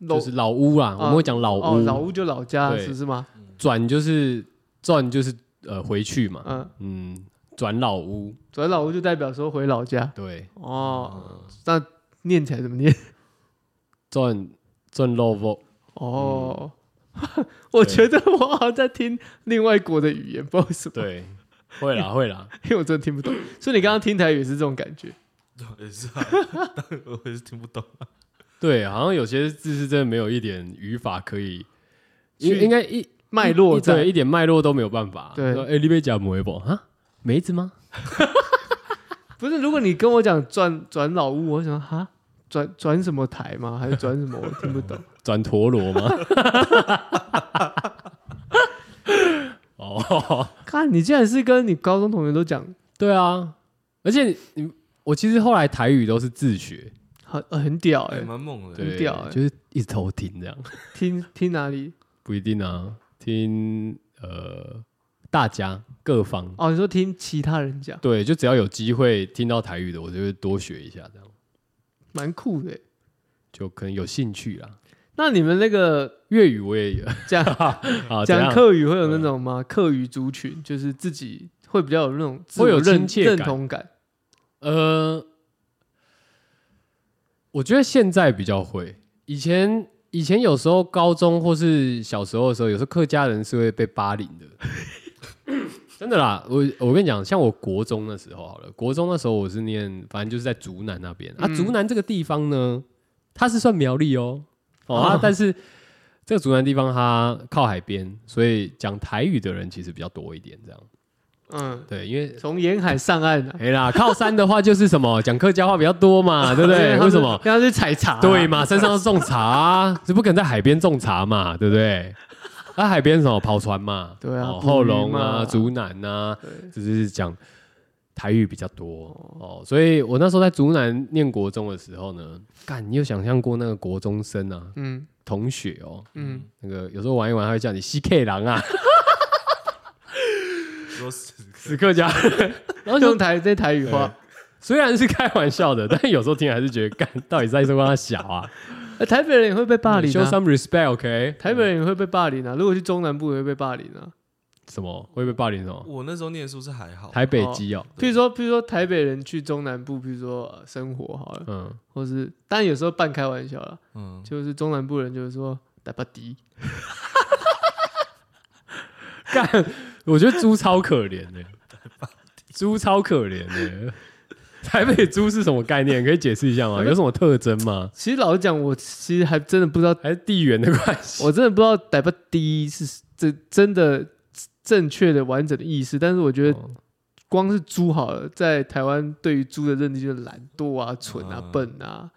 B: 老
A: 就是老屋啊，我们会讲老
B: 哦，老
A: 屋，
B: 屋就老家，
A: 对
B: 是不是吗？
A: 转就是转就是呃回去嘛，
B: 嗯，
A: 嗯，转老屋，
B: 转老屋就代表说回老家
A: 对，
B: 哦。
A: 嗯
B: 那念起来怎
A: <laughs>
B: 么念？
A: 转转老屋，
B: 哦，
A: 嗯
B: <laughs> 我觉得我好像在听另外国的语言，不知道为什么，
A: 对，会啦会啦，
B: <laughs> 因为我真的听不懂。所以你刚刚听台语也是这种感觉，
C: 也是啊，但我也是听不懂。
A: 对，好像有些字是真的没有一点语法可以，应
B: 去
A: 应该一
B: 脉络
A: 一对
B: 在
A: 一点脉络都没有办法。
B: 对
A: 说哎，你被讲梅不哈？梅子吗？
B: 不是？如果你跟我讲转转老屋，我想说哈转转什么台吗？还是转什么？我听不懂。
A: <laughs> 转陀螺 <laughs> 吗？哦，
B: 看你竟然是跟你高中同学都讲
A: 对啊，而且你我其实后来台语都是自学，
B: 很很屌哎、
C: 哎，蛮猛的。
A: 对，
B: 很屌欸
A: 就是一直偷听这样，
B: 听听哪里？
A: 不一定啊，听呃大家各方。
B: 哦，你说听其他人讲，
A: 对，就只要有机会听到台语的，我就会多学一下，这样
B: 蛮酷的欸。
A: 就可能有兴趣啦。
B: 那你们那个
A: 粤语我
B: <laughs>
A: 也有 <laughs>
B: 讲
A: 啊，怎
B: 讲
A: 样
B: 客语会有那种吗？客语族群就是自己会比较有那种自我
A: 会有
B: 认
A: 亲切
B: 认
A: 感
B: 同感，
A: 呃，我觉得现在比较会，以前以前有时候高中或是小时候的时候，有时候客家人是会被霸凌
B: <laughs>
A: 的，真的啦。我我跟你讲，像我国中的时候好了，国中那时候我是念，反正就是在竹南那边啊。
B: 嗯
A: 竹南这个地方呢，它是算苗栗哦，哦，
B: 哦
A: 啊、但是这个竹南地方它靠海边，所以讲台语的人其实比较多一点，这样
B: 嗯，
A: 对，因 <laughs> 为
B: 从沿海上岸啊，
A: 没哎啦，靠山的话就是什么 <laughs> 讲客家话比较多
B: <laughs>
A: 嘛，对不对？为什么？
B: 让他去采茶、啊
A: 对？嘛，山上种茶啊，是不可能在海边种茶嘛，对不对？那、海边什么跑船嘛，
B: 对啊
A: 哦
B: 捕鱼嘛
A: 后龙啊、竹南啊，
B: 对，
A: 就是讲台语比较多哦。所以我那时候在竹南念国中的时候呢，干，你有想象过那个国中生啊，
B: 嗯
A: 同学哦，
B: 嗯，
A: 那个有时候玩一玩，他会叫你 CK 狼
B: <laughs>
A: 啊， <laughs>
C: 说死
A: 死客家人，然后就
B: 用台这台语话，
A: 虽然是开玩笑的，但有时候听还是觉得，干，到底在说他小啊？
B: 呃台北人也会被霸凌
A: ，show
B: 啊，
A: some respect，OK？、
B: 台北人也会被霸凌啊。如果去中南部也会被霸凌啊。
A: 什么会被霸凌什么？
C: 我那时候念书是还好，
A: 台北基哦，
B: 譬如说，譬如说台北人去中南部，譬如说、呃生活好了，
A: 嗯，
B: 或是但有时候半开玩笑啦，
C: 嗯，
B: 就是中南部人就是说打巴迪， <laughs>
A: 干，我觉得猪超可怜的、猪超可怜的、台北猪是什么概念？可以解释一下吗？有什么特征吗？
B: 其实老实讲，我其实还真的不知道，
A: 还是地缘的关
B: <laughs>
A: 系？
B: 我真的不知道逮不低是真真的正确的完整的意思。但是我觉得
A: 哦
B: 光是猪好了，在台湾对于猪的认知就是懒惰啊、蠢啊、
C: 嗯
B: 笨啊，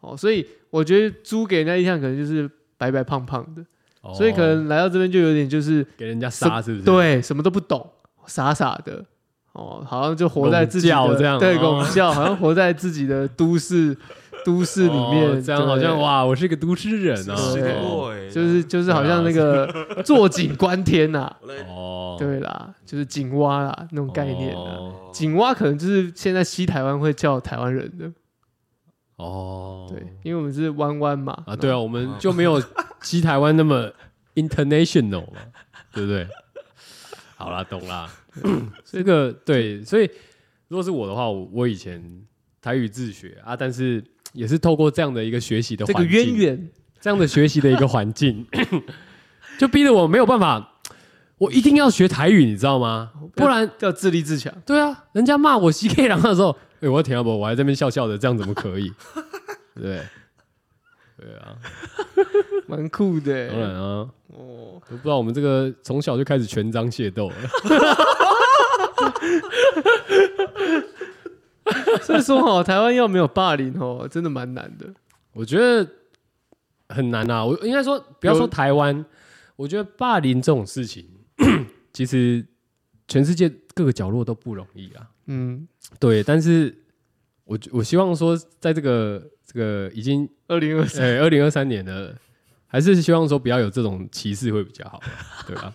B: 哦，所以我觉得猪给人家印象可能就是白白胖胖的，
A: 哦
B: 所以可能来到这边就有点就是
A: 给人家杀是不是？，
B: 对什么都不懂，傻傻的。哦，好像就活在自己
A: 拱叫
B: 的
A: 这样
B: 对
A: 哦
B: 拱叫，好像活在自己的都市都市里面，
A: 哦这样好像
B: 对
A: 哇，我是个都市人啊，
C: 是欸
B: 对
C: 个
A: 哦
C: boy，
B: 就是就是好像那
A: 啊
B: 个坐井观天呐、
C: 我来
A: 哦，
B: 对啦，就是井蛙啦那种概念啊。
A: 哦
B: 井蛙可能就是现在西台湾会叫台湾人的，
A: 哦，
B: 对，因为我们是湾湾嘛。
A: 啊，对啊，我们就没有西台湾那么 <laughs> international 嘛，对不对？好啦，懂
B: <laughs>
A: 啦。这个对，所以如果是我的话，我我以前台语自学啊，但是也是透过这样的一个学习的
B: 这
A: 环
B: 个
A: 境，
B: 渊源，
A: 这样的学习的一个环
B: <laughs>
A: 境，就逼得我没有办法，我一定要学台语，你知道吗？不然，
B: 哦要自
A: <laughs>
B: 立自强。
A: 对啊，人家骂我 CK 狼的时候，哎、我要停下不，我还在那边笑笑的，这样怎么可
B: <laughs>
A: 以？对，对啊。
B: 蛮酷的
A: 当然
B: 欸。
A: 啊，
B: 哦，
A: 都不知道我们这个从小就开始权章械斗了。 <laughs>
B: 所以说哦，台湾要没有霸凌哦，真的蛮难的。
A: 我觉得很难啊，我应该说不要说
B: 有
A: 台湾，我觉得霸凌这种事情， <clears throat> 其实全世界各个角落都不容易啊。
B: 嗯，
A: 对，但是我我希望说，在这个这个已经
B: 二零
A: <laughs>
B: 二三，
A: 呃二零二三年了，还是希望说不要有这种歧视会比较好，对吧、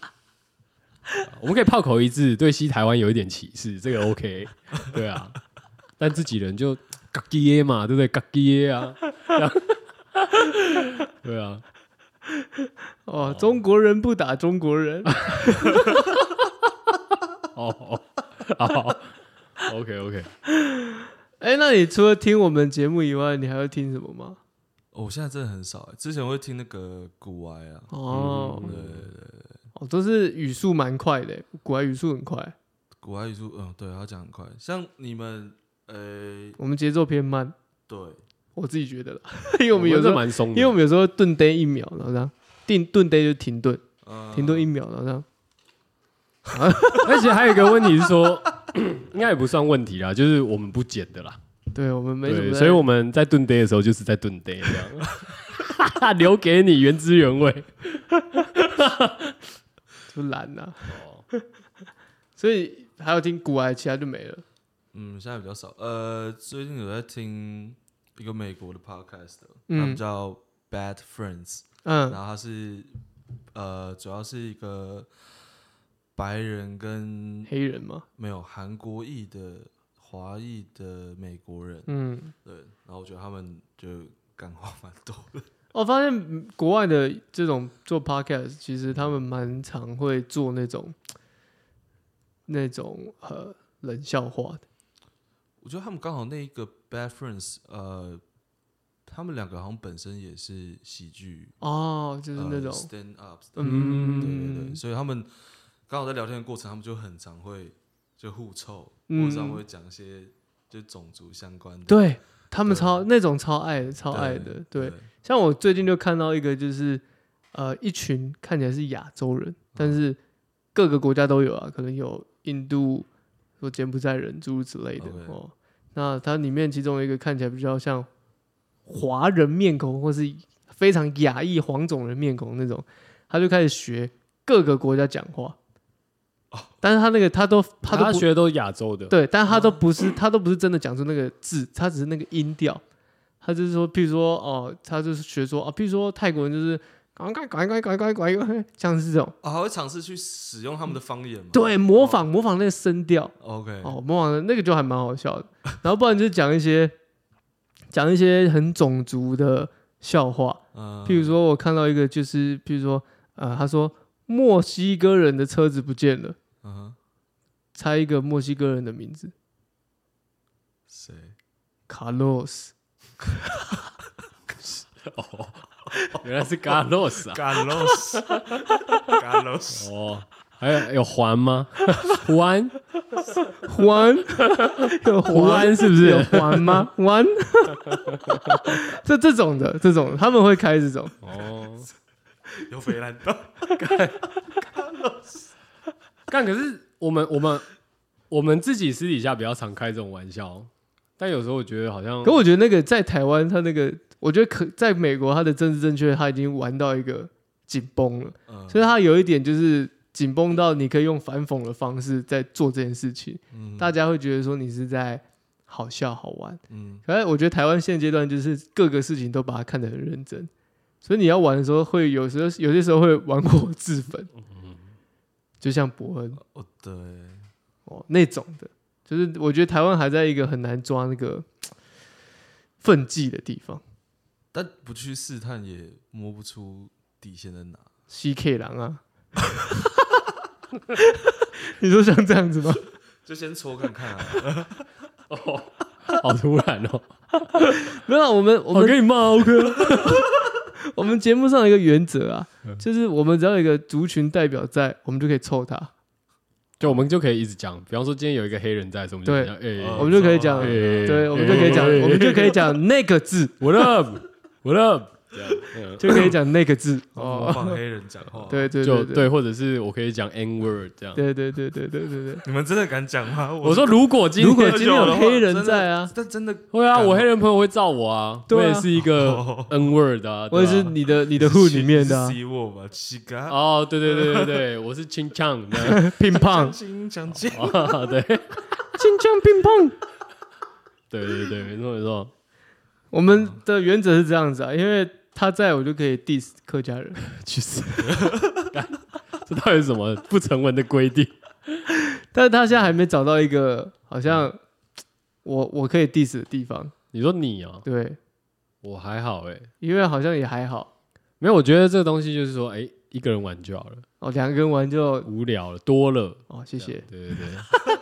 A: <laughs> 我们可以炮口一致，对西台湾有一点歧视，这个 OK，对啊。但自己人就嘎叽耶嘛，对不对？嘎叽耶啊， <laughs> 对啊，
B: 哦，中国人不打中
A: <laughs>
B: 国人，
A: 哦，好，OK OK，
B: 哎，那你除了听我们节目以外，你还会听什么吗？
C: 哦我现在真的很少欸，之前会听那个古玩啊，
B: 哦，
A: 嗯
C: 对对对对，
B: 哦，都是语速蛮快的，古来语速很快，
C: 古玩语速，嗯，对，他讲很快，像你们，呃，
B: 我们节奏偏慢，
C: 对，
B: 我自己觉得啦， <laughs> 因为我们有时
A: 这
B: 候，
A: 蛮松的，
B: 因为我们有时候顿呆一秒，然后这样定顿呆就停顿，
C: 呃
B: 停顿一秒，然后这样，
A: 而且还有一个问题是说， <coughs> 应该也不算问题啦，就是我们不剪的啦。
B: 对我们没什么
A: 对，
B: 在，
A: 所以我们在盾杯的时候就是在盾杯这样， <laughs> 留给你原汁原味。
B: 就懒呐， <laughs> 所以还有听古来，其他就没了。
C: 嗯，现在比较少。呃，最近有在听一个美国的 podcast，他
B: 嗯
C: 们叫 Bad Friends，、
B: 嗯
C: 然后他是呃，主要是一个白人跟
B: 黑人嘛，
C: 没有韩国裔的华裔的美国人，
B: 嗯。
C: 对，然后我觉得他们就干话蛮多的，
B: 我发现嗯国外的这种做 podcast，其实他们蛮常会做那种那种呃冷笑话的。
C: 我觉得他们刚好那一个 Bad Friends，呃，他们两个好像本身也是喜剧，
B: 哦，就是那种、
C: 呃、stand up，
B: 嗯
C: 对对对，所以他们刚好在聊天的过程，他们就很常会就互臭，
B: 嗯
C: 或者他们会讲一些就种族相关的，
B: 对他们
C: 对
B: 超那种超爱的，超爱的。对，像我最近就看到一个，就是呃一群看起来是亚洲人，但是各个国家都有啊，可能有印度、有柬埔寨人诸如此类的
C: OK
B: 哦。那它里面其中一个看起来比较像华人面孔，或是非常亚裔黄种人面孔那种，他就开始学各个国家讲话。但是他那个他都他都
A: 他
B: 不
A: 学的都是亚洲的，
B: 对，但他都不是，他都不是真的讲出那个字，他只是那个音调。他就是说，譬如说，哦、他就是学说啊，譬如说泰国人就是赶快赶快赶快赶快赶快，像是这种，
C: 啊，还会尝试去使用他们的方言嘛？
B: 对，模仿模仿那个声调，
C: 哦，OK，
B: 哦，模仿的那个就还蛮好笑的。然后不然就讲一些讲一些很种族的笑话，
C: 嗯，
B: 譬如说我看到一个就是，譬如说，呃，他说墨西哥人的车子不见了，
C: 嗯哼，
B: 猜一个墨西哥人的名字
C: 谁？
B: ，Carlos。
A: 原来是 Carlos 啊。
B: <laughs>
C: Carlos，Carlos，
A: 哦，还有有环吗？ <laughs> 环
B: 还有还
A: 还是不是
B: 有还吗？还这这种的这种的他们会开这种，
A: 哦，
C: 有肥兰道，
A: 但可是我们我们我们自己私底下比较常开这种玩笑，但有时候我觉得好像
B: 可我觉得那个在台湾他那个，我觉得可在美国他的政治正确他已经玩到一个紧绷了，
C: 嗯
B: 所以他有一点就是紧绷到你可以用反讽的方式在做这件事情，
C: 嗯
B: 大家会觉得说你是在好笑好玩。
C: 嗯
B: 可是我觉得台湾现阶段就是各个事情都把它看得很认真，所以你要玩的时候会有时候有些时候会玩火自焚，就像伯恩
C: 哦对，
B: 哦那种的，就是我觉得台湾还在一个很难抓那个分际的地方。
C: 但不去试探也摸不出底线在哪。
B: CK 狼啊， <laughs> 你说像这样子吗？
C: 就先戳看看啊！
A: 好突然哦，
B: 没有啊，我们 <laughs> 我
A: 我
B: 们
A: 给你骂 OK，
B: 我们节目上有一个原则啊
A: 嗯，
B: 就是我们只要有一个族群代表在，我们就可以凑他。
A: 就我们就可以一直讲，比方说今天有一个黑人在，所以我们就
B: <laughs> 对
A: 讲哎
C: 哦
B: 我们就可以讲
C: 哎
B: 对，嗯我们就可以讲，我们就可以讲那个字，
A: What up，What up，这样嗯
B: 就可以讲那个字。
C: 模
B: 哦，
C: 仿黑人讲话，，
B: 对对
A: 就
B: 对对
A: 对，或者是我可以讲 N word 这样。
B: 对对对对对对对。 <laughs>
C: 你们真的敢讲吗？
A: 我说如果今
B: 如果
A: 天
B: 今天有黑人在啊，
C: 但真的
A: 会啊，
C: 敢
A: 我黑人朋友会罩我啊，
B: 对啊
A: 我也是一
B: <laughs>
C: 哦
A: 个 N word 啊，对
B: 我也
A: 吧
B: 是你的你的 hood 里面的啊
C: C 我吧，七嘎，
A: 哦，对对对对对， <laughs> 我是清唱 <laughs> 的，
B: <laughs> 乒乓，
C: 金讲金，
A: 啊对
B: <laughs> 新疆乒乓。
A: 对对对，没错没错，
B: 我们的原则是这样子啊，因为他在我就可以 diss 客家 <laughs> 人，
A: 去死！ <laughs> 这到底是什么不成文的规定？
B: 但是他现在还没找到一个好像我我可以 diss 的地方。
A: 你说你哦，
B: 对，
A: 我还好哎，
B: 因为好像也还好
A: 没有，我觉得这个东西就是说，哎，一个人玩就好了，
B: 哦，两个人玩就
A: 无聊了，多了，
B: 哦，谢谢。
A: 对 <laughs> 对对。 <laughs>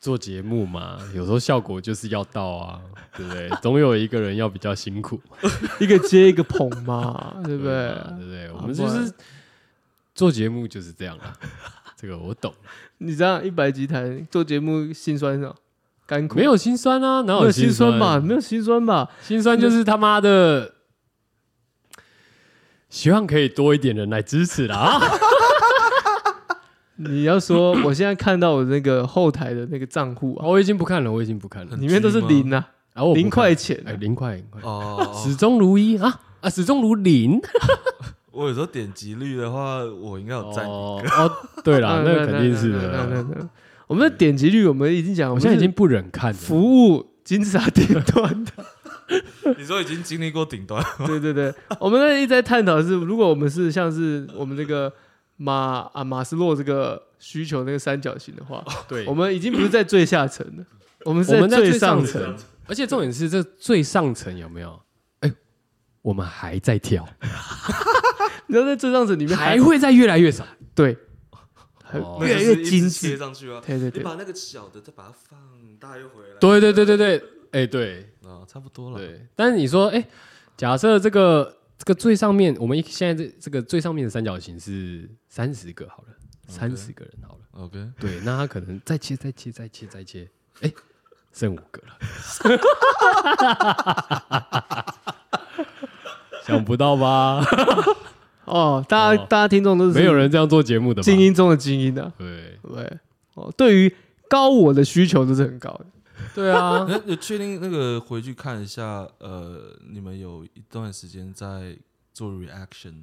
A: 做节目嘛，有时候效果就是要到啊，对
B: <laughs>
A: 不对？总有一个人要比较辛苦。
B: 一个接一个捧 <laughs> 嘛，对不对？
A: 啊对不对？
B: 啊
A: 我们
B: 不
A: 就
B: 然
A: 是做节目就是这样
B: <laughs>
A: 啊，这个我懂，
B: 你这样一百集谈做节目心酸哦，干苦
A: 没有心酸啊，哪
B: 没有
A: 有
B: 心酸
A: 酸
B: 吧？？没有心酸吧？
A: 心酸就是他妈的，希望可以多一点人来支
B: <laughs>
A: 持啦啊！
B: 你要说我现在看到我那个后台的那个账户啊，
A: 我已经不看了，我已经不看了，
B: 里面都是零啊，
A: 然后
B: 零块，钱
A: 哎，零块，零块，
C: 哦。
A: 始终如一啊啊，始终如零。
C: 我有时候点击率的话，我应该有占。
A: 哦哦，对
B: <laughs>
A: 啦，那个肯定是
B: 那那
A: 的。
B: 那那我们的点击率我们已经讲，我
A: 我
B: 们
A: 现在已
B: 是
A: 经不忍看了，
B: 服务金字塔顶端的，
C: 你说已经经历过顶端，
B: 对对对，我们那一直在探讨的是，如果我们是像是我们这个马啊马斯洛这个需求那个三角形的话，
A: 对
B: 我们已经不是在最下层了，我们是
A: 我们在
B: 最
A: 最
B: 上
A: 上
B: 层。
A: 层，而且重点是这最上层有没有？哎，我们还在跳，
B: 你知道在最上层里面
A: 还会再越来越少。
B: 对，还
A: 哦
C: 那
B: <laughs> 越
C: 就
B: 来
C: 是
B: 越
C: 一直
B: 精
C: 切
B: 致。
C: 上去啊。
B: 对对
C: 你
B: 对，
C: 把那个小的再把它放大又回来。
A: 对对对对对，哎、对
C: 啊，差不多了。
A: 对。但是你说，哎、假设这个这个最上面，我们一现在这这个最上面的三角形是三十个好了，三十个人好了。
C: OK，
A: 对，那他可能再切再切再切再切，哎、剩五个了。想不到吧？
B: 哦，大家
A: 哦
B: 大家听众都是
A: 没有人这样做节目的吧
B: 精。英中的精英的，
A: 对
B: 对哦，对于高我的需求都是很高的。
A: 对啊，
B: 嗯
C: 那哎有确定那个回去看一下，呃，你们有一段时间在做
B: <laughs>
C: reaction，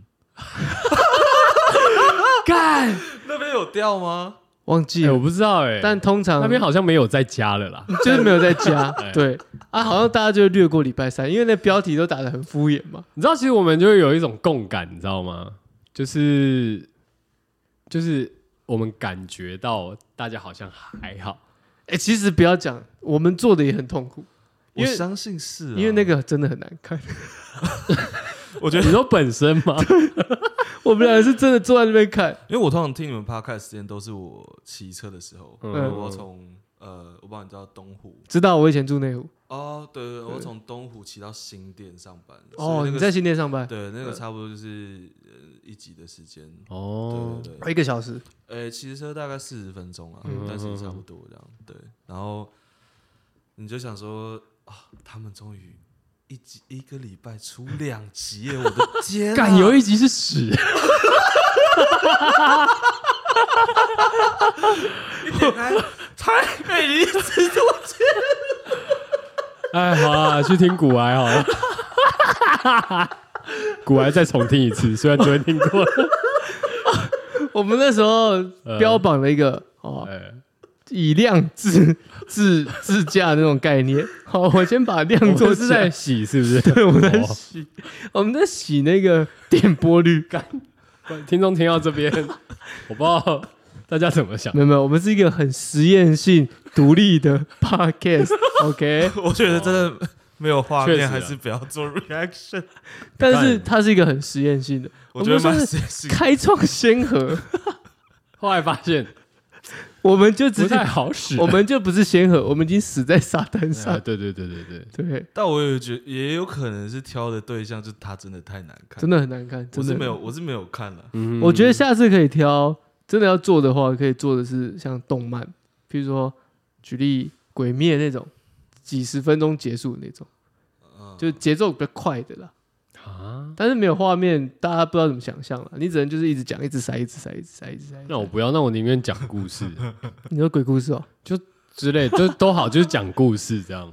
A: 干！
C: 那边有掉吗？
B: 忘记
A: 哎，我
B: 了，
A: 不知道哎、
B: 但通常
A: 那边好像没有再加了啦。
B: 就是没有在加
A: <laughs> 哎。
B: 对啊，好像大家就略过礼拜三，因为那标题都打得很敷衍嘛。
A: 你知道，其实我们就会有一种共感，你知道吗？就是就是我们感觉到大家好像还好，
B: 哎，其实不要讲，我们做的也很痛苦，因
C: 我
B: 为
C: 相信是啊，
B: 因为那个真的很难看。 <laughs>
A: 我觉得你说本身吗？
B: 我们俩是真的坐在那边看，
C: 因为我通常听你们 podcast 时间都是我骑车的时
A: <laughs>
C: 候，
A: 嗯
C: 我
B: 嗯，
C: 从呃，我不知道你知道东湖，
B: 知道我以前住内湖，
C: 哦，对对，对我
B: 对
C: 从东湖骑到新店上班。所以
B: 哦，
C: 那
B: 你
C: 个
B: 在新店上班，
C: 对那个
B: 嗯
C: 差不多就是呃一集的时间。
A: 哦，
C: 对对对，
B: 一个小时，
C: 呃，骑车大概四十分钟啊，
B: 嗯
C: 但是差不多这样。对，然后你就想说啊，他们终于一集一个礼拜出两集耶，我的天、啊！
A: 干有一集是屎，
C: 一点开，太美丽，
A: 哎，好啊，去听古癌好了。古癌再重听一次，虽然昨天听过了。
B: 我们那时候
A: 呃
B: 标榜了一个哦，
A: 哎
B: 以量制 <laughs> 制制价那种概念。好，我先把量
A: 我
B: 做
A: 们是在
B: 在，
A: 洗是不是？
B: 对， <laughs> 我们在
A: 哦
B: 洗，我们在洗那个电波率干。
A: 哦听众听到这边，我不知道大家怎么想。
B: <laughs> 没有没有，我们是一个很实验性、独立的
A: <laughs>
B: podcast。OK，
C: <laughs> 我觉得真的没有画
A: 确实
C: 面，
A: 啊
C: 还是不要做 reaction。
B: 但是它是一个很实验性的，
C: 我觉得
B: 我
C: 蛮
B: 们
C: 神奇。
B: 开创先河， <laughs>
A: 后来发现
B: 我们就
A: 不
B: 直
A: 太
B: 接，
A: 好使。
B: 我们就不是先河，我们已经死在沙滩
A: 啊，
B: 上。
A: 对对对对 <laughs> 对，
B: 对，
C: 但我有觉也有可能是挑的对象，就是他真的太难看。
B: 真
C: 的，
B: 的很难看，
C: 我
B: 真
C: 是
B: 的
C: 没有，。我是没有看了。
A: 嗯
B: 我觉得下次可以挑，真的要做的话，可以做的是像动漫，譬如说举例《鬼灭》那种，几十分钟结束的那种，
C: 嗯，
B: 就节奏比较快的啦。
A: 啊，
B: 但是没有画面，大家不知道怎么想象了。你只能就是一直讲，一直塞，一直塞，一直塞，一直塞。
A: 那我不要，那我宁愿讲故事
B: 你说鬼
A: <laughs>
B: 故事哦、
A: 之类，就都好，就是讲故事这
B: <laughs>
A: 样。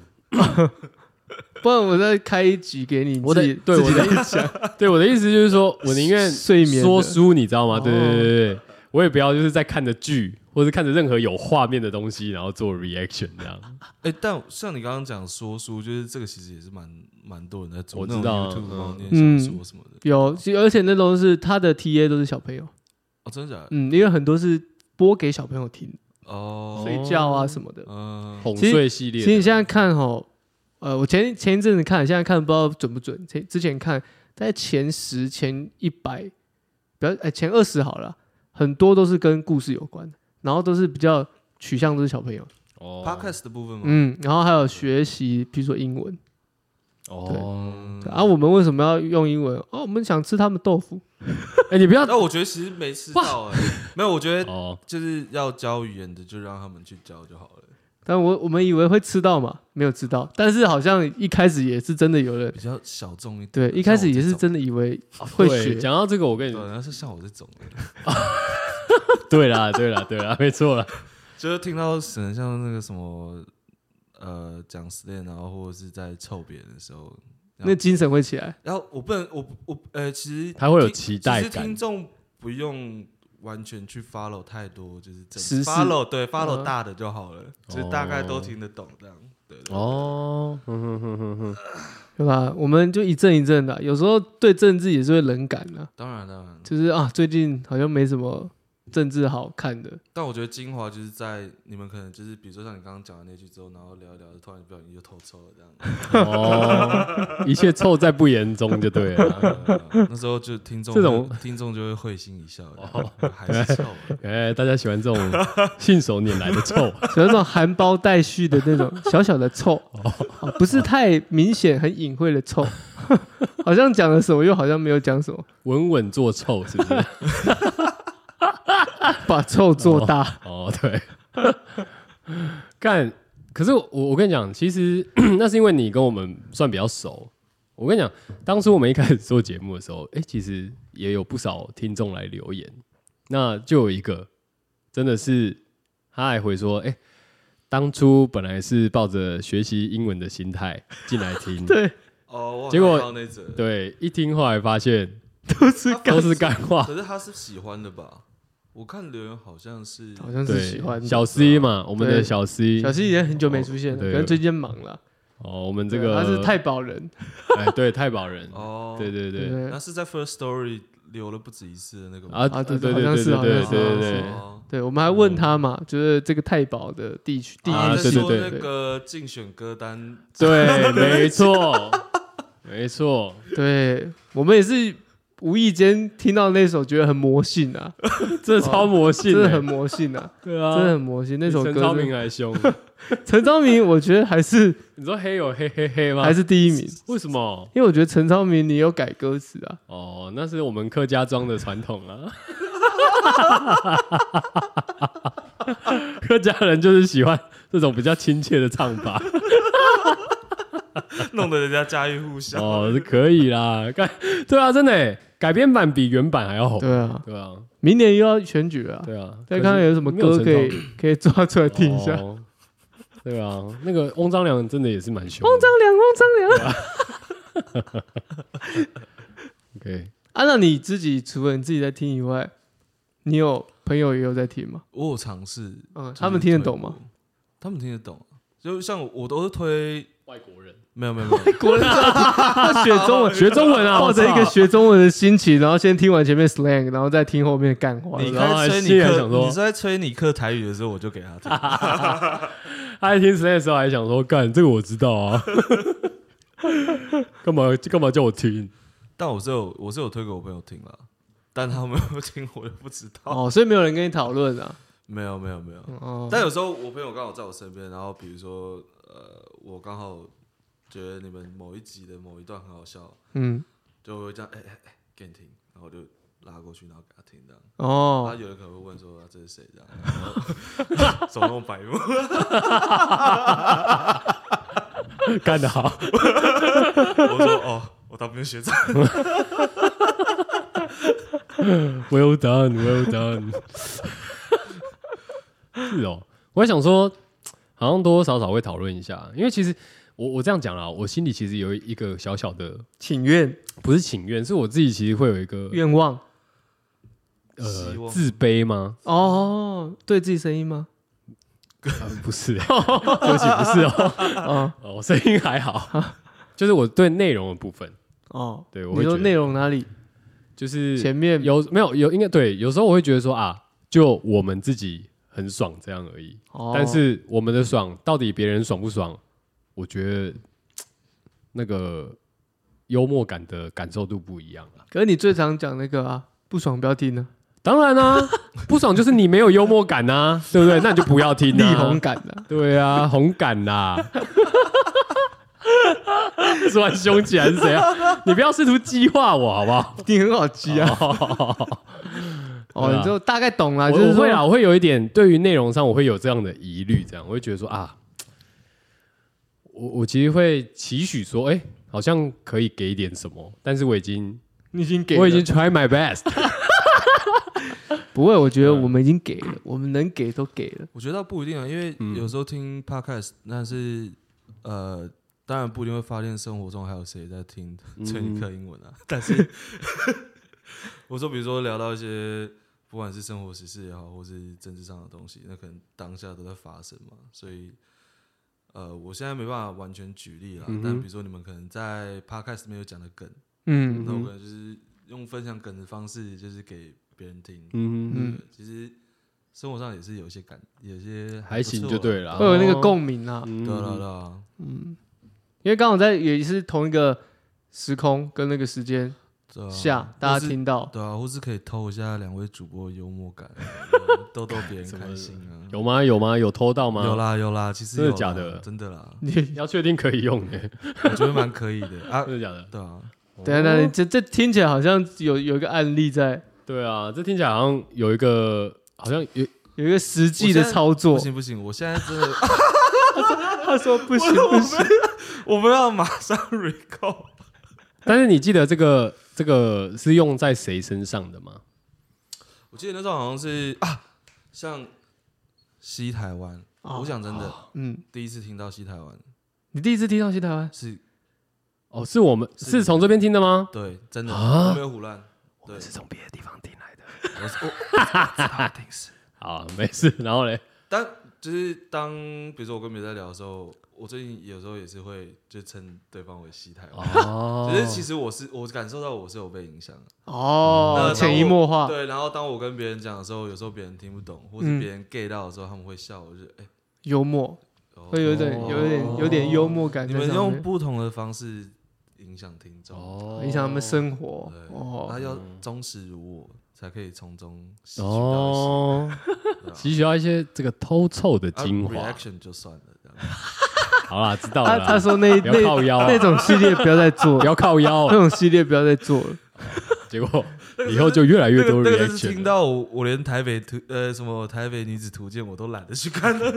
B: 不然我再开一集给你，
A: 我
B: 自
A: 的
B: 己
A: 对
B: 自己
A: 我的意思，对我的意思就是
B: <laughs>
A: 说，我宁愿
B: 睡眠的
A: 说书，你知道吗？对对
B: 哦
A: 对对对，我也不要就是在看着剧，或是看着任何有画面的东西，然后做 reaction 这样。
C: 哎、但像你刚刚讲说书，就是这个其实也是蛮蛮多人在做，
A: 我
C: 那
A: 知道
C: 种
A: 啊
C: YouTube
A: 嗯
C: 猫念
B: 嗯
C: 小说什么的。
B: 有，其而且那都是他的 TA 都是小朋友，
C: 哦，真的假的？
B: 嗯，因为很多是播给小朋友听，
C: 哦，
B: 睡觉啊什么的。
C: 嗯，
A: 哄
B: 其实
A: 睡系列
B: 其
A: 的，
B: 实你现在看哈，呃，我前前一阵子看，现在看不知道准不准。前之前看，大概前十、前一百，不要哎前二十好了，很多都是跟故事有关的，然后都是比较取向都是小朋友，
A: 哦
C: <laughs> Podcast 的部分嘛，
B: 嗯，然后还有学习，比如说英文。
A: 哦，
C: 嗯
B: 对啊，我们为什么要用英文？哦，我们想吃他们豆腐。
C: 嗯
B: <laughs>
A: 哎，你不要
C: 但我觉得其实没吃到哎、 <laughs> 没有，我觉得
A: 哦，
C: 就是要教语言的，就让他们去教就好了。
B: 但我我们以为会吃到嘛，没有吃到。但是好像一开始也是真的有人，
C: 比较小众一
B: 对，
C: 点。
B: 一开始也是
C: 像我这种，
B: 真的以为啊会
A: 对
B: 学。
A: 讲到这个，我跟你
C: 对，啊那是像我这种的，
A: 对啦，对啦，对啦，没错啦。
C: 就是听到可能像那个什么，呃，讲 slang，然后或者是在臭别人的时候，
B: 那精神会起来，
C: 然后我不能，我我呃，其实
A: 他会有
C: 听
A: 期待
C: 其实
A: 感
C: 听众不用完全去 follow 太多，就是正
B: 时事
C: follow 对 follow
B: 嗯哦
C: 大的就好了，就是大概都听得懂这样。对对
A: 哦，哼哼哼哼哼，
B: 对吧？我们就一阵一阵的，有时候对政治也是会冷感的、
C: 当然当然，
B: 就是啊，最近好像没什么政治好看的。
C: 但我觉得精华就是在你们可能就是比如说像你刚刚讲的那句之后，然后聊一聊，突然不小心就偷抽了这样。 <laughs>
A: 哦，一切臭在不言中就对了。 <laughs>
C: 呃那时候就听众
A: 这种哦
C: 听众就会会心一笑，还是臭的。
A: 哎，大家喜欢这种信手拈来的臭，
B: 有那种含苞待续的
A: <laughs>
B: 那种小小的臭，
A: 哦
B: 啊不是太明显、很隐晦的臭， <laughs> 好像讲了什么，又好像没有讲什么，
A: 稳稳做臭是不是？
B: <laughs> 把臭做大。
A: 哦，对， <laughs> 干。可是我我跟你讲，其实 <clears throat> 那是因为你跟我们算比较熟。我跟你讲，当初我们一开始做节目的时候，哎、其实也有不少听众来留言，那就有一个真的是他还回说，哎、当初本来是抱着学习英文的心态进来听，
B: <laughs> <laughs> 对，
C: <laughs> 哦，我
A: 结果
C: 好像看到那则，
A: 对，一听后来发现
B: 都是
A: 都是干话，
C: 可是他是喜欢的吧？我看留言好像是
B: 好像是喜
A: 对
B: 欢，的。
A: 小 C 嘛，我们的
B: 对
A: 小 C，
B: 小西已经很久没出现了，
A: 对
B: 可能最近忙了。
A: 哦，我们这
B: 对
A: 个
B: 他是太保人，
A: 哎，对，太保人，
C: 哦，
A: 对对对，
B: 对
C: 那是在 First Story 留了不止一次的那个吗
A: 啊
B: 啊对
A: 对
B: 好
A: 对
B: 像
A: 对
B: 是
A: 对
B: 好像
A: 对
B: 是
A: 对
B: 好像
A: 对
B: 是，
C: 哦
B: 对，我们还问他嘛，就是这个太保的地区地
A: 啊
B: 域
C: 在
A: 对对
B: 性
C: 说
A: 对
C: 那个竞选歌单，
A: 对，没错，没错，
B: <laughs> 对我们也是无意间听到那首，觉得很魔性
A: <laughs>
B: 啊，
A: 这超魔性
B: 真
A: 的，
B: 的很魔性啊，
A: 对
B: 真的
A: 欸 <laughs> 啊，
B: 很魔性。那首
A: 比陈超
B: 歌
A: 明啊
B: 真的
A: 还凶，
B: <laughs> 陈昭明，我觉得
A: <laughs>
B: 还是
A: 你说黑有黑黑黑吗？
B: 还是第一名，
A: 为什么？
B: 因为我觉得陈昭明你有改歌词啊，
A: 哦，那是我们客家庄的传统啊。客家人就是喜欢这种比较亲切的唱法
C: 弄得人家家喻户晓。
A: 哦，是可以啦。改对啊，真的耶改编版比原版还要红。
B: 对啊，
A: 对啊，
B: 明年又要选举了啊，
A: 对啊。
B: 再看
A: 可
B: 看
A: 是
B: 有什么
A: 没有
B: 歌
A: 成
B: 可以可以抓出来
A: 功
B: <laughs> 听一下。
A: 哦对啊，那个翁章良真的也是蛮凶的。
B: 汪张良，汪张良。 <laughs>
A: OK，
B: 啊，那你自己除了你自己在听以外，你有朋友也有在听吗？
C: 我有尝试，
B: 嗯，他们听得懂吗？？
C: 他们听得懂啊，就像我我都是推，
A: 外国人
C: 没有没有没
B: <laughs>
C: 有，
B: 国人他学中文，
A: 学中文啊，
B: <laughs> 抱着一个学中文的心情，然后先听完前面 slang，然后再听后面干话。
C: 你
A: 然后
C: 在
A: 还
C: 吹
A: 心
C: 你
A: 里还想
C: 克，
A: 说
C: 你是在吹你克台语的时候，我就给他听。
A: 他在听 s l a 的时候还想说，干这个我知道啊， <laughs> 干嘛干嘛叫我听？
C: 但我是有我是有推给我朋友听了，但他们有听我就不知道。
B: 哦，所以没有人跟你讨论啊。
C: 没有没有没有，
B: 哦，
C: 但有时候我朋友刚好在我身边，然后比如说呃，我刚好觉得你们某一集的某一段很好笑，
B: 嗯，
C: 就会这样哎哎哎给你听，然后我就拉过去，然后给他听这样。然后
B: 哦，
C: 有人可能会问说、啊、这是谁这样，然后 <laughs> 怎么那么白目？
A: 干得好，
C: <laughs> 我说哦，我当兵学长。 <laughs>
A: Well done, well done <laughs> 是哦，我还想说，好像多多少少会讨论一下，因为其实我我这样讲啦，我心里其实有一个小小的，
B: 请愿
A: 不是请愿，是我自己其实会有一个
B: 愿望
C: 希
A: 呃
C: 望
A: 自卑吗？
B: 哦，对自己声音 <laughs> 吗？
A: 啊 <laughs> 不是、欸，对不起，不是
B: <laughs>
A: 哦，
B: 哦
A: 哦，声音还好，就是我对内容的部分，
B: 哦，
A: 对我
B: 你
A: 会
B: 说
A: 觉
B: 内
A: 得
B: 容哪里？
A: 就是
B: 前面
A: 有没有有应该对，有时候我会觉得说啊，就我们自己很爽这样而已，
B: 哦
A: 但是我们的爽到底别人爽不爽，我觉得嘖那个幽默感的感受度不一样啊。
B: 可是你最常讲那个啊，不爽不要听 <laughs> 呢，
A: 当然啦、不爽就是你没有幽默感呐、对不对？那你就不要听、啊。
B: <laughs> 力宏，感的。
A: 对啊，红感啦、突然凶起 <laughs> 来是谁啊？你不要试图激化我好不好？
B: 你很好记啊， <laughs> 哦，
A: 对啊
B: 你就大概懂了，
A: 我
B: 就是
A: 我会
B: 说
A: 啊，我会有一点对于内容上我会有这样的疑虑，这样我会觉得说啊，我我其实会期许说，哎、好像可以给一点什么，但是我已经
B: 你已经给了，
A: 我已经 try my best，
B: 不会，我觉得我们已经给了，我们能给都给了。
C: 我觉得倒不一定啊，因为有时候听 podcast，但是呃，当然不一定会发现生活中还有谁在听崔尼克英文啊。但是 <laughs> 我说，比如说聊到一些不管是生活时事也好，或是政治上的东西，那可能当下都在发生嘛，所以。呃，我现在没办法完全举例啦，
A: 嗯哼
C: 但比如说你们可能在 podcast 没有讲的梗，
B: 嗯
C: 那我可能就是用分享梗的方式，就是给别人听，
A: 嗯，
B: <laughs> 嗯
C: 嗯，其实生活上也是有一些感，有一些
A: 还行就对了啊
B: 会有那个共鸣啊，
A: 嗯
C: 对了对了，
B: 因为刚好在也是同一个时空跟那个时间
C: 对啊，
B: 下，大家听到，
C: 对啊，或是可以偷一下两位主播幽默感，啊逗逗别人开心啊。
A: 有吗？有吗？有偷到吗？
C: 有啦有啦，其实
A: 真的
C: 有啦
A: 假的
C: 真的啦
B: 你。
A: 要确定可以用的、 <laughs>
C: 我觉得蛮可以的啊。
A: 真的假的？
C: 对啊，
B: 等一下，等一下，这这听起来好像有有一个案例在，
A: 对啊，这听起来好像有一个，好像有
B: 有一个实际的操
C: 不
B: 作。
C: 行不行，我现在真的，
B: 他说不行不行，
C: 我们要马上 recall。 <laughs>
A: 但是你记得这个这个是用在谁身上的吗？
C: 我记得那时候好像是啊，像西台湾，
B: 哦
C: 我讲真的，
B: 嗯，
C: 第一次听到西台湾
B: 你第一次听到西台湾，
C: 是
A: 哦，是我们
C: 是
A: 是从这边听的吗？
C: 对，真的，
A: 啊
C: 我没有胡乱。对，
A: 从别的地方听来的。
C: 我是我，定是。
A: 好，没事。然后嘞，
C: 但就是当比如说我跟别人在聊的时候，我最近有时候也是会就称对方为西台湾，
A: 哦
C: <laughs> 只是其实我是我感受到我是有被影响的，
B: 哦
C: 那，
B: 潜移默
A: 哦
B: 化，
C: 对。然后当我跟别人讲的时候，有时候别人听不
A: 嗯
C: 懂，或是别人 get 到的时候，他们会笑，我就哎、
B: 幽默，
C: 哦
B: 会有一点
A: 哦
B: 有一点有点幽默感
C: 你
B: 在
C: 们
B: 上
C: 用
B: 面，
C: 不同的方式影响听众，
A: 哦
B: 影响他们生活
C: 对，
B: 哦
C: 他。要忠实如我，才可以从中吸取到一些
A: 哦，吸取到一些这个偷臭的
C: 啊
A: 精华。
C: reaction 就算了，这样
A: 好啦，知道
B: 他
A: 了
B: 他
A: 啦，
B: 说那
A: 不要靠
B: 那
A: 腰啊
B: 那种系列不要再做
A: 不
B: 了，
A: 要靠腰啊
B: 那，
C: <laughs>
B: 种系列不要再做了。
A: 结果以后就越来越
C: 那个
A: 多
C: 那个就是听
A: reaction 了。
C: 到我我连台北图呃什么台北女子图鉴我都懒得去看了，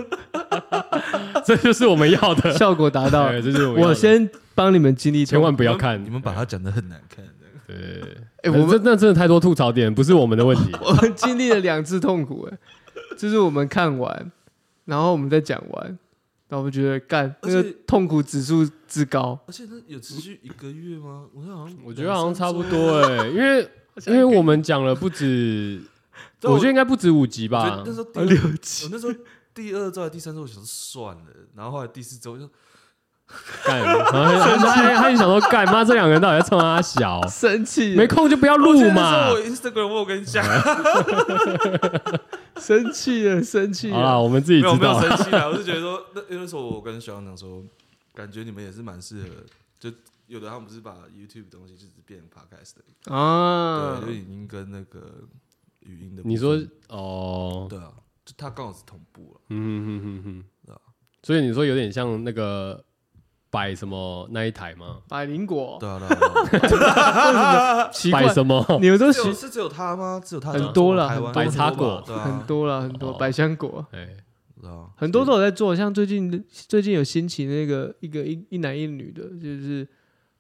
A: <laughs> 这就是我们要
C: <laughs>
A: 的，
B: 效果达到了
A: <laughs> 对，，这就是我们要
B: 我
A: 的
B: 先帮你们经历
A: 千
B: 痛
A: 万 <laughs> 不要看
C: 你们把它讲的很难看，这样
A: 对，
B: 哎
A: 哎，
B: 我
A: 我
B: 们
A: 这那真的太多吐槽点，不是我们的问题。
B: <laughs> 我们经历了两次痛苦、哎，就是我们看完，然后我们再讲完，然后我们觉得干那
C: 而且
B: 个痛苦指数之高，
C: 而且那有持续一个月吗？我好像
A: 我觉得好像差不多哎、因为因
B: 像
A: 为我们讲了不止，
C: 对
A: 我觉得应该不止五集
C: 我觉
A: 吧
C: 得那。时候第
B: 啊
C: 二
B: 六集
C: 我，那时候第二周还是第三周，我想说算了，然后后来第四周就
A: 干，然后他他他就想说，干妈这两个人到底在冲他小，
B: 生气了，
A: 没空就不要录嘛
C: 我。记得那时候我 Instagram 我有跟
A: <laughs>
C: 你讲，
B: 生气了，生气
A: 好啦，
B: 了，
A: 我们自己
C: 没
A: 知
C: 有没
A: 道啊
C: 有。生气啦，我是觉得说，那那时候我跟小杨讲说，感觉你们也是蛮适合，就有的他们不是把 YouTube 的东西就是变 podcast 的，
B: 啊
C: 对，就，已经跟那个语音的部分，
A: 你说哦，
C: 对啊，就他刚好是同步了，
A: 嗯哼哼哼
C: 对
A: 哼
C: 啊，
A: 所以你说有点像那个摆什么那一台吗？
B: 百灵果，
C: 对啊，对啊对啊啊 <laughs>
B: 奇怪
A: 摆，什么？
B: 你们都
C: 只有
B: 喜
C: 是只有他吗？只有他
B: 很多啦
C: 台湾
A: 很多
C: 很多
A: 白
C: 吧
A: 茶果
C: 对啊，
B: <laughs> 很多了，很多
A: 哦
B: 百香果。
A: 哎，
C: 对啊，
B: 很多都有在做，像最近最近有兴起那个一个一一男一女的，就是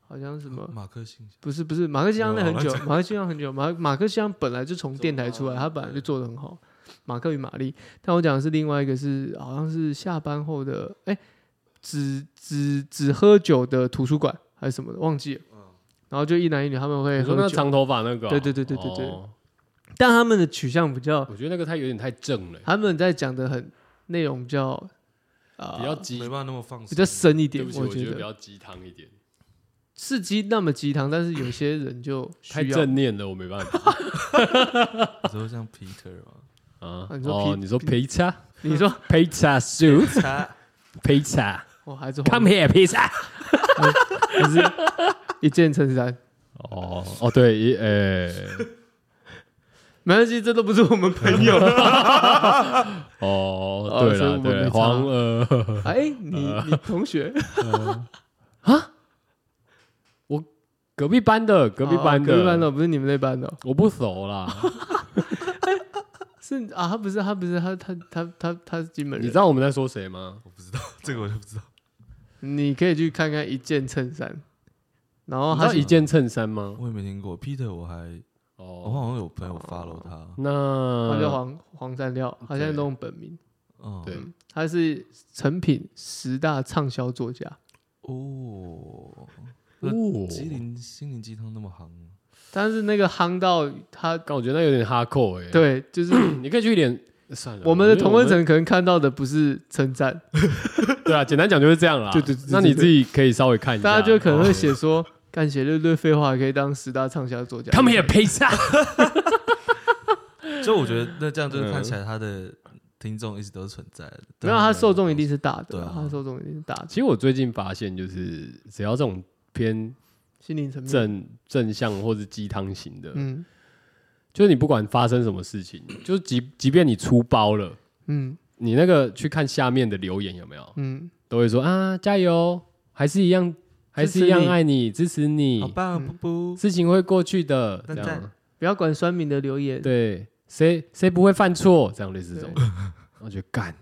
B: 好像什么
C: 马克信
B: 不是不是马克西
C: 没有
B: 乡那
C: 我
B: 很
A: 哦
C: 乱
B: 久，马克西乡很久，马马克西乡本来就从电台出来，他本来就做的很好，马克与玛丽。但我讲的是另外一个是好像是下班后的，哎、只只只喝酒的图书馆还是什么的，忘记了。然后就一男一女他们
A: 嗯
B: 会
A: 你说
B: 喝
A: 那
B: 酒，
A: 长头发那个哦？
B: 对对对对对对
A: 哦
B: 但他们的取向比较，
A: 我觉得那个他有点太正了，
B: 他们在讲的很内容比较啊、
A: 比较激
C: 没，办法那么放松，
B: 比较深一
A: 对
B: 点
A: 不，起，
B: 我
A: 我觉
B: 觉
A: 得比
B: 得。
A: 较鸡汤一点。
B: 是鸡那么鸡汤，但是有些人就
A: 太
B: 需要。
A: 正念了，我没办法
C: 你说像 Peter <laughs> 吗？
A: 啊
B: 啊你。说
A: 哦，
B: 皮
A: 你说陪茶，<laughs>
B: 你说
A: 陪茶 soup，陪茶
B: 我哦还是
A: ，come here，陪茶。
B: 还是一件衬衫，
A: 哦哦，对，一呃，
B: 没关系，这都不是我们
A: <laughs>
B: 朋友。
A: 哎哦，
B: 哦
A: 对
B: 所以我
A: 了，
B: 们
A: 对
B: 没
A: 啦，
B: 差
A: 黄呃，
B: 哎，你你同学，
A: <laughs> 隔壁班的，隔壁班的，
B: 哦隔壁班的，不是你们那班的哦，
A: 我不熟
B: <laughs>
A: 啦。
B: 是啊，他不是他不是他他他他他是金门
A: 你
B: 人
A: 知。道我们在说谁吗？
C: 我不知道，这个我就不知道。
B: 你可以去看看一件衬衫，然
A: 你
B: 后
A: 知
B: 哦他
A: 道一件衬衫吗？
C: 我也没听过 Peter，我还我
A: 哦，
C: 好像有朋友 follow 他，
B: 他叫
A: 那哦
B: 黄黄山料，他现在都用本名，
C: 嗯，
A: 呃对
B: 他是成品十大畅销作家。
C: 哦，
A: 哦，
C: 吉林心灵鸡汤那么行，
B: 但是那个夯到他，
A: 但我觉得那有点哈扣哎。，
B: 对，
A: <coughs>
B: 就是
A: 你可以去一点。算了，
B: 我们的
A: 觉得
B: 同温层可能看到的不是称赞，
A: 对啊，简单讲就是这样啦。
B: 对对对对
A: 那你自己可以稍微看一下。
B: 大家就可能会写
A: 哦
B: 说，干写这堆废话可以当十大畅销作家。
A: ，Come here，陪茶。
C: 所以我觉得那这样就是看起来他的听众一直都是存在的，
B: 没有他受众一定是大
C: 对
B: 的
C: 啊
B: 啊，他受众一定是大的
A: 其，实我最近发现，就是只要这种偏
B: 心灵层面。
A: 正正向或是鸡汤型的，
B: 嗯
A: 就是你不管发生什么事情，就是即即便你出包了，
B: 嗯
A: 你那个去看下面的留言有没有，
B: 嗯，
A: 都会说啊加油，还是一样，还是一样爱你，支持你，
C: 好棒，
B: 嗯
C: 布布，
A: 事情会过去的，这样
C: 赞赞
B: 不要管酸民的留言。
A: 对，谁谁不会犯错，这样类似这
B: 对，
A: 种， <laughs> 我觉得干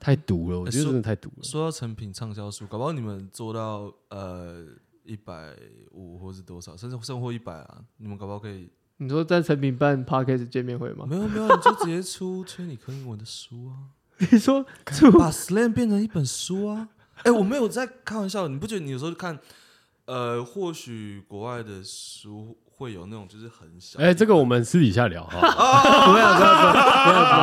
A: 太毒了，我觉得
C: 说
A: 真的太毒了。
C: 说到成品畅销书，搞不好你们做到呃一百五或是多少，甚至甚或一百啊，你们搞不好可以
B: 你说在成品办 podcast 见面会吗？
C: 没有没有，你就直接出崔李科英文的
B: <laughs>
C: 书啊。
B: 你说
C: 把 slam 变成一本书啊！哎、我没有在开玩笑，你不觉得你有时候看，呃，或许国外的书会有那种就是很小，
A: 哎，
C: <laughs>
A: 这个我们私底下聊哈。
B: 不要不要不要，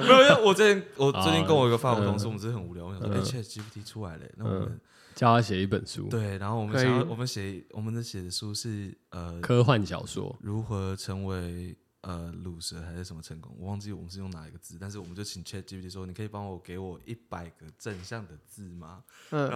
C: 没有，因为我之前我
A: 啊
C: 最近跟我一个法国
A: 嗯
C: 同事，我们真的很无聊，我们想
A: 嗯
C: 说，哎、c h a t GPT 出来了，那
B: 嗯
C: 我们、
A: 叫他写一本书，
C: 对，然后我们
B: 可以
C: 想要我们写我们的写的书是呃
A: 科幻小说，
C: 如何成为呃卤蛇还是什么成功，我忘记我们是用哪一个字，但是我们就请 ChatGPT 说，你可以帮我给我一百个正向的字吗？
B: 嗯，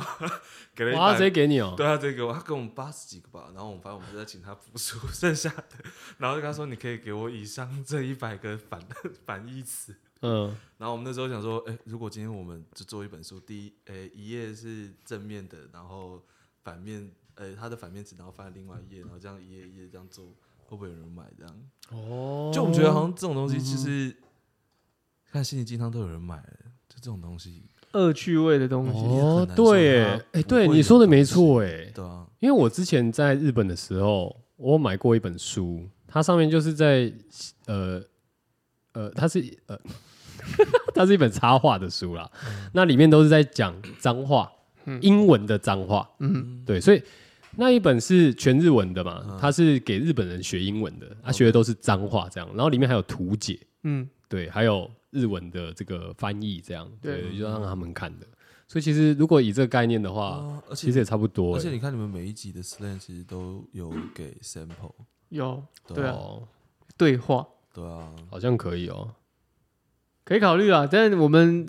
C: 给了一
A: 哇，他
C: 百
A: 直接给你哦、
C: 对啊，这个我他给我们八十几个吧，然后我们反正我们就在请他复述 <laughs> 剩下的，然后就跟他说你可以给我以上这一百个反 <laughs> 反义词。
A: 嗯，
C: 然后我们那时候想说，哎、如果今天我们就做一本书，第一，哎、一页是正面的，然后反面，呃、它的反面词，然后翻另外一页，然后这样一页一页这样做，会不会有人买？这样，
A: 哦
C: 就我们觉得好像这种东西，其实、看心灵鸡汤都有人买了，就这种东西，
B: 恶趣味的东西，
A: 哦
C: 很难说，它
A: 对耶，哎、
C: 不会
A: 对，
C: 有
A: 你说的
C: 东
A: 没
C: 西
A: 错，哎，
C: 对啊，
A: 因为我之前在日本的时候，我有买过一本书，它上面就是在呃呃，它是呃， <laughs> 它是一本插画的书啦，那里面都是在讲脏话，英文的脏话，
B: 嗯
A: 嗯，对，所以。那一本是全日文的嘛
C: 嗯？
A: 它是给日本人学英文的，他、学的都是脏话这样，然后里面还有图解，
B: 嗯，
A: 对，还有日文的这个翻译，这样
B: 对
A: 对，就让他们看的。所以其实如果以这个概念的话，
C: 啊，而且
A: 其实也差不多
C: 而
A: 欸。
C: 且你看，你们每一集的 slang 其实都有给 sample，
B: 有
C: 对
B: 对啊
A: 哦，
B: 对话
C: 对啊，
A: 好像可以哦。
B: 可以考虑啦，但是我们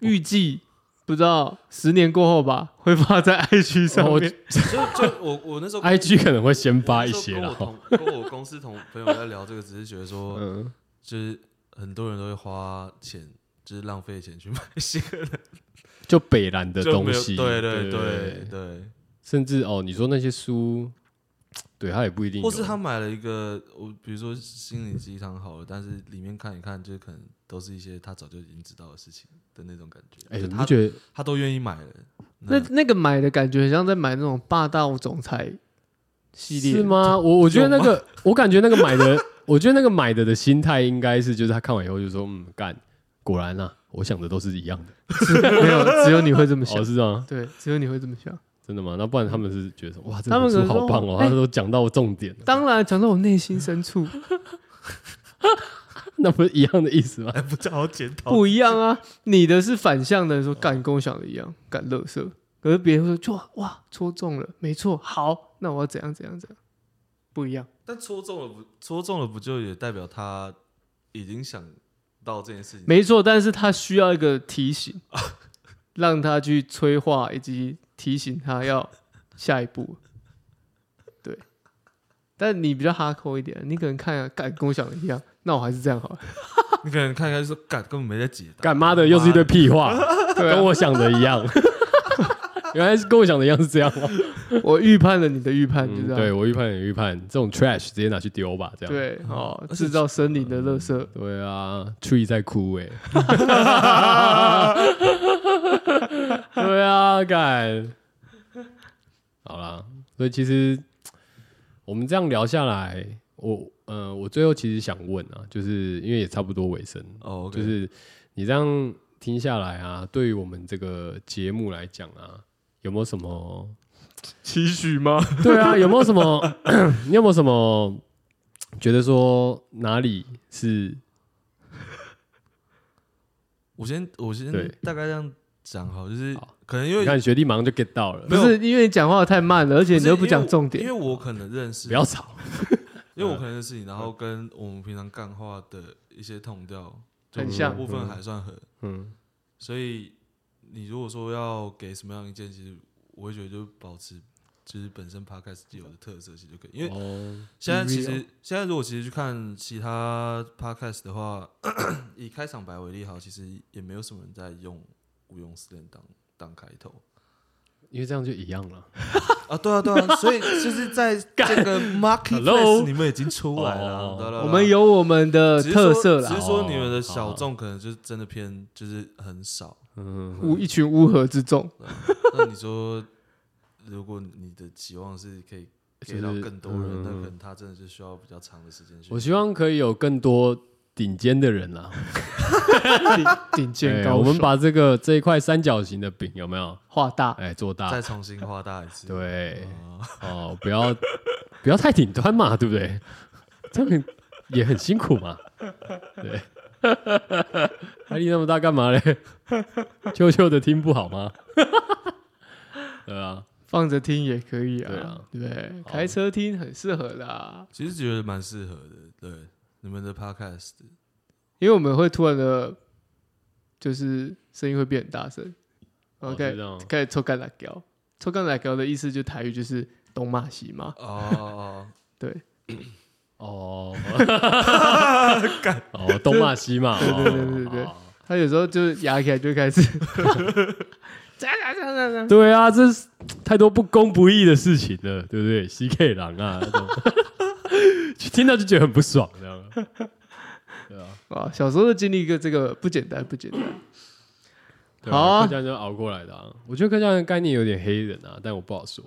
B: 预计不知道十年过后吧，会发在 IG 上
A: 哦我
B: 面。
C: 就就我我
A: <laughs>
C: 那时候
A: I G 可能会先
C: 我
A: 发
C: 那
A: 一
C: 时候
A: 些
C: 跟
A: 啦哦
C: 我。同跟我公司同朋友在聊这个，只是觉得 <laughs> 说，
A: 嗯，
C: 就是很多人都会花钱，就是浪费钱去买一些
A: 就北兰的
C: 就
A: 东
C: 没有
A: 西，
C: 对对
A: 对
C: 对对，
A: 甚至哦，你说那些书，对，它也不一定有。
C: 或是他买了一个，我比如说心灵鸡汤好了，但是里面看一看，就是可能都是一些他早就已经知道的事情的那种感觉，
A: 哎，
C: 就
A: 你不
C: 他
A: 觉得
C: 他都愿意买了，
B: 那那个买的感觉，很像在买那种霸道总裁系列，
A: 是？吗？我我觉得那个，我感觉那个买的，我觉得那个买的的心态应该是，就是他看完以后就说，嗯，干，果然啊，我想的都是一样
C: 哦
A: 的。
B: <laughs> 没有，只有你会这么想
A: 哦，。是这样啊。
B: 对，只有你会这么想。
A: 真的吗？那不然他们是觉得哇，这
B: 嗯他们
A: 本书
B: 可能
A: 好
B: 说
A: 棒哦，
B: 哎
A: 他都讲到重点了，
B: 当然，讲到我内心深处，哎
A: <laughs> 那不是一样的意思
B: <laughs>
A: 吗？
C: 还哎不叫我检
A: 哦
C: 讨
B: 不一样啊！你的是反向的，说干跟我想的一样，干乐色。可是别人会说哇哇戳中了，没错，好，那我要怎样怎样怎样，不一样。
C: 但戳中了不戳中了不就也代表他已经想到这件事
A: 嗯
C: 情？
B: 没错，但是他需要一个提醒，让他去催化以及提醒他要下一步。对，但你比较哈扣一点，你可能看啊，干跟我想的一样，那我还是这样好了。
C: 你可能看一看就说干根本没在解答，
A: 干妈的又是一堆屁
B: <laughs>
A: 话，
B: 啊
A: 跟我想的一样。原来是跟我想的一样是这样
B: <laughs>
A: 吗？
B: 我预判了你的预判，就
A: 嗯
B: 这样。
A: 对我预判也预判，这种 trash 直接拿去丢吧，这样。
B: 对哦，制造森林的垃圾。
A: 对啊，tree 在哭哎、对啊，干。好啦，所以其实我们这样聊下来，我呃，我最后其实想问啊，就是因为也差不多尾声，
C: 哦，OK，
A: 就是你这样听下来啊，对于我们这个节目来讲啊，有没有什
C: <laughs>
A: 么？
B: 期许 <laughs> 吗？
A: 对啊，有没有什么？ <clears throat> 你有没有什么觉得说哪里是
C: 我先我先
A: 对
C: 大概这样讲好，就是
A: 好
C: 可能因为
A: 你看学弟马上就 get 到了
B: 不，是因为你讲话太慢了，而且你又不讲重点
C: 因，为我可能认识，
A: 不要吵。
C: 因为我可能认识你，然后跟我们平常干话的一些痛调
B: 很
C: 就
B: 像
C: 部分还算合，
A: 嗯，
C: 所以你如果说要给什么样的意见，其实我会觉得就保持就是本身 podcast 有的特色，其实就可以，因为
A: 哦，
C: 现在其
B: Be
C: 实
B: real
C: 现在如果其实去看其他 podcast 的话， <clears throat> 以开场白为例好，其实也没有什么人在用无用 slang 当当开头
A: 因为这样就一样了。
C: 啊，对啊对啊，所以就是在这
A: Hello？
C: 个 marketplace 你们已经出来
A: 哦
C: 了，对啦对啦
B: 我们有我们的
C: 只是说
B: 特色
C: 只
B: 啦
C: 是，说你们的小众可能哦就是真的偏就是很少。
A: 嗯，
B: 乌一群乌合之众，
C: 那你说，如果你的期望是可以给到
A: 就是
C: 更多人，
A: 嗯
C: 那可能他真的是需要比较长的时间去。
A: 我希望可以有更多顶尖的人啦。
B: 顶顶尖
A: 对，
B: 高手。
A: 我们把这个这一块三角形的饼有没有？
B: 画大，
A: 哎，做大
C: 再。重新画大一次。
A: 对，
C: 啊
A: 哦，不要不要太顶端嘛，对不对？这样也很辛苦嘛。对，压力那么大干嘛嘞？啾啾的听不好吗？ <laughs> 对啊，
B: 放着听也可以
A: 对
B: 啊
A: 啊。
B: 对，
A: 好
B: 开车听很适合的啊。
C: 其实觉得蛮适合的，对，你们的 podcast
B: 因为我们会突然的，就是声音会变很大声，然后
A: 哦
B: 开
A: 是这
B: 始、
A: 样哦
B: 开始抽干辣椒，抽干辣椒的意思就台语就是东骂西骂，
C: 哦，
B: 对 <laughs>
A: 哦，哦，东骂西骂，
B: 对对对对对对
A: 哦
B: 他有时候就是牙起来就开始， <laughs> 咋咋咋咋咋，
A: 对啊，这是太多不公不义的事情了，对不对？C K 狼啊，那种 <laughs> 听到就觉得很不爽，这样。对啊，
B: 哇，小时候就经历一个这个不简单不简单，
A: 对
B: 好啊
A: 客家人就熬过来的、啊。我觉得客家人概念有点黑人啊，但我不好说。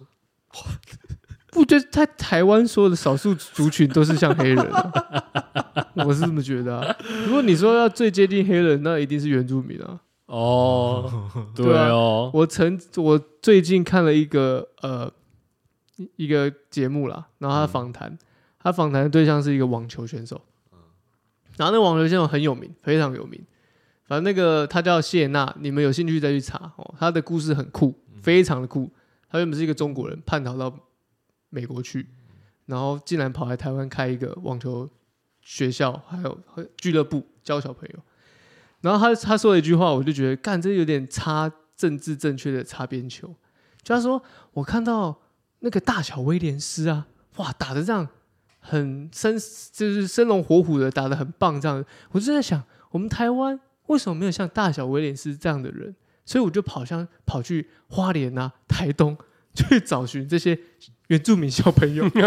B: 不觉得在台湾所有的少数族群都是像黑人、啊，我是这么觉得啊。如果你说要最接近黑人，那一定是原住民啊。
A: 哦，对
B: 对啊
A: 哦，
B: 我曾我最近看了一个呃一一个节目啦，然后他访谈，他访谈的对象是一个网球选手，然后那网球选手很有名，非常有名。反正那个他叫谢娜，你们有兴趣再去查哦。他的故事很酷，非常的酷。他原本是一个中国人，叛逃到美国去，然后竟然跑来台湾开一个网球学校，还有和俱乐部教小朋友。然后他他说了一句话，我就觉得干这有点擦政治正确的擦边球。就他说，我看到那个大小威廉斯啊，哇，打的这样很生，就是生龙活虎的，打的很棒这样。我就在想，我们台湾为什么没有像大小威廉斯这样的人？所以我就跑向跑去花莲啊、台东 <laughs> 去找寻这些原住民小朋友， <laughs>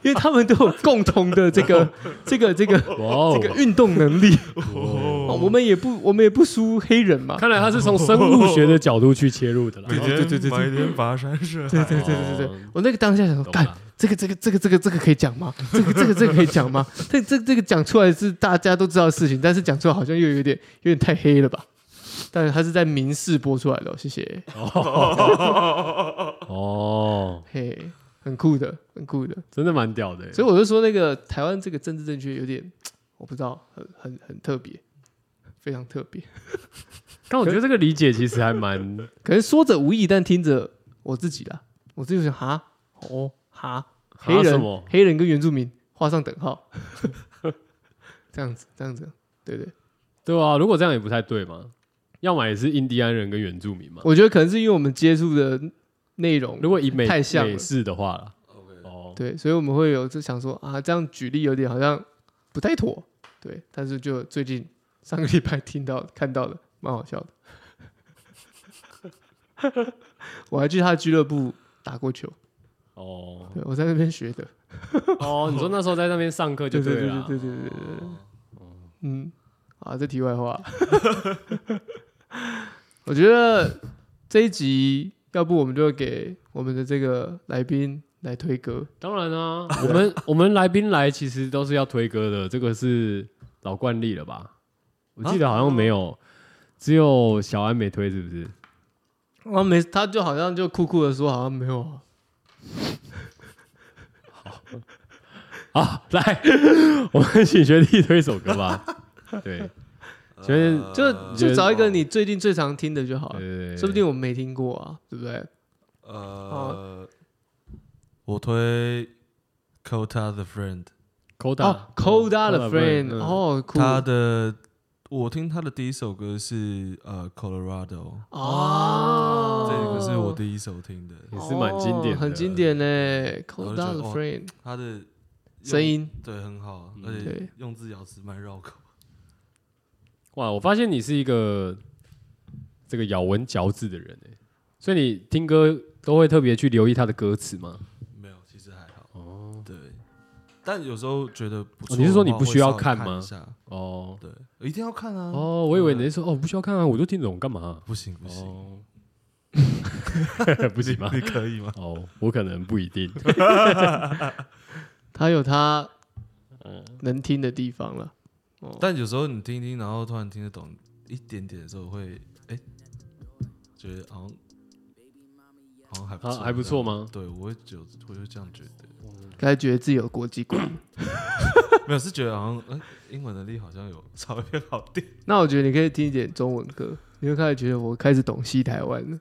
B: 因为他们都有共同的这个、这个、这个、
A: 哇哦
B: 这，个运动能力。
A: 哦
B: 哦，我们也不，我们也不输黑人嘛。
A: 看来他是从生物学的角度去切入的啦。
C: 每
B: 对对对
C: 天买点跋山涉海，
B: 对对对对对对
A: 哦，
B: 我那个当下想说，
A: 懂
B: 干
A: 了
B: 这个这个这个这个这个可以讲吗？这个这个这个可以讲吗？这这这个讲出来是大家都知道的事情，但是讲出来好像又有点有点太黑了吧？但是它是在民视播出来的哦、谢谢。
A: 哦，
B: 嘿，很酷的，很酷的。
A: 真的蛮屌的欸。
B: 所以我就说，那个台湾这个政治正确有点，我不知道，很很很特别，非常特别。
A: 但我觉得这个理解其实还蛮……
B: 可能说者无意，但听着我自己啦，我自己就想哈哦哈，黑
A: 哈啊什
B: 人
A: 么
B: 黑人跟原住民画上等号， <laughs> 这样子这样子，对不对？
A: 对啊，如果这样也不太对嘛。要么也是印第安人跟原住民嘛。
B: 我觉得可能是因为我们接触的内容
A: 如，果以美
B: 太像了
A: 美式的话啦，
C: ，OK，
A: 哦，
B: 对，所以我们会有就想说啊，这样举例有点好像不太妥，对，但是就最近上个礼拜听到看到的，蛮好笑的。 <laughs> 我还去他俱乐部打过球，
A: 哦，
B: 对我在那边学的，
A: 哦，你说那时候在那边上
B: <laughs>
A: 课就
B: 对对
A: 了啊
B: 对
A: 啦，
B: 对对对对对。嗯，啊，这题外 <laughs> 话，我觉得这一集，要不我们就给我们的这个来宾来推歌，
A: 当然啊，我们我们来宾来其实都是要推歌的，这个是老惯例了吧？我记得好像没有，只有小安没推，是不是？
B: 啊，没，他就好像就酷酷的说，好像没有啊，
A: 好，啊来， <laughs> 我们请学弟推一首歌吧。对请问
B: 就
C: 呃
B: 就找一个你最近最常听的就好
A: 对
B: 了，
A: 对，
B: 说不定我们没听过啊，对不对？
C: 呃，我推 Kota the Friend，
A: Coda
B: 哦，Cold 的
A: Cold Friend，
B: friend，
A: 嗯
B: 哦，酷
C: 他的我听他的第一首歌是呃 Colorado，
B: 哦，
C: 这个是我第一首听的，
A: 也是蛮经典的
B: 哦很经典嘞，Cold
C: 我就觉
B: the
C: 得哇
B: friend，
C: 他的用
B: 声音
C: 对很好，
A: 嗯
C: 而且
B: 对
C: 用字咬字蛮绕口。
A: 哇，我发现你是一个这个咬文嚼字的人哎，所以你听歌都会特别去留意他的歌词吗？
C: 没有，其实还好。
A: 哦
C: 对，但有时候觉得不错的话、
A: 哦你是说你不需要
C: 会稍微
A: 看
C: 看
A: 吗
C: 一下？
A: 哦
C: 对，一定要看啊。
A: 哦，我以为你是说哦，不需要看啊，我就听懂干嘛？
C: 不行不行，
A: 哦， <laughs> 不行吗
C: <laughs> 你？可以吗？
A: 哦，我可能不一定。
B: 他有他
A: 嗯
B: 能听的地方了。哦，
C: 但有时候你听一听，然后突然听得懂一点点的时候会，哎，觉得好像好像还不
A: 啊
C: 错、
A: 还不错吗
C: 对，我会就我就这样觉得，
B: 该觉得自己有国际
A: <coughs>
B: 观。
C: 没有是觉得好像哎，英文能力好像有稍微变好点。
B: 那我觉得你可以听一点中文歌，你会开始觉得我开始懂西台湾了。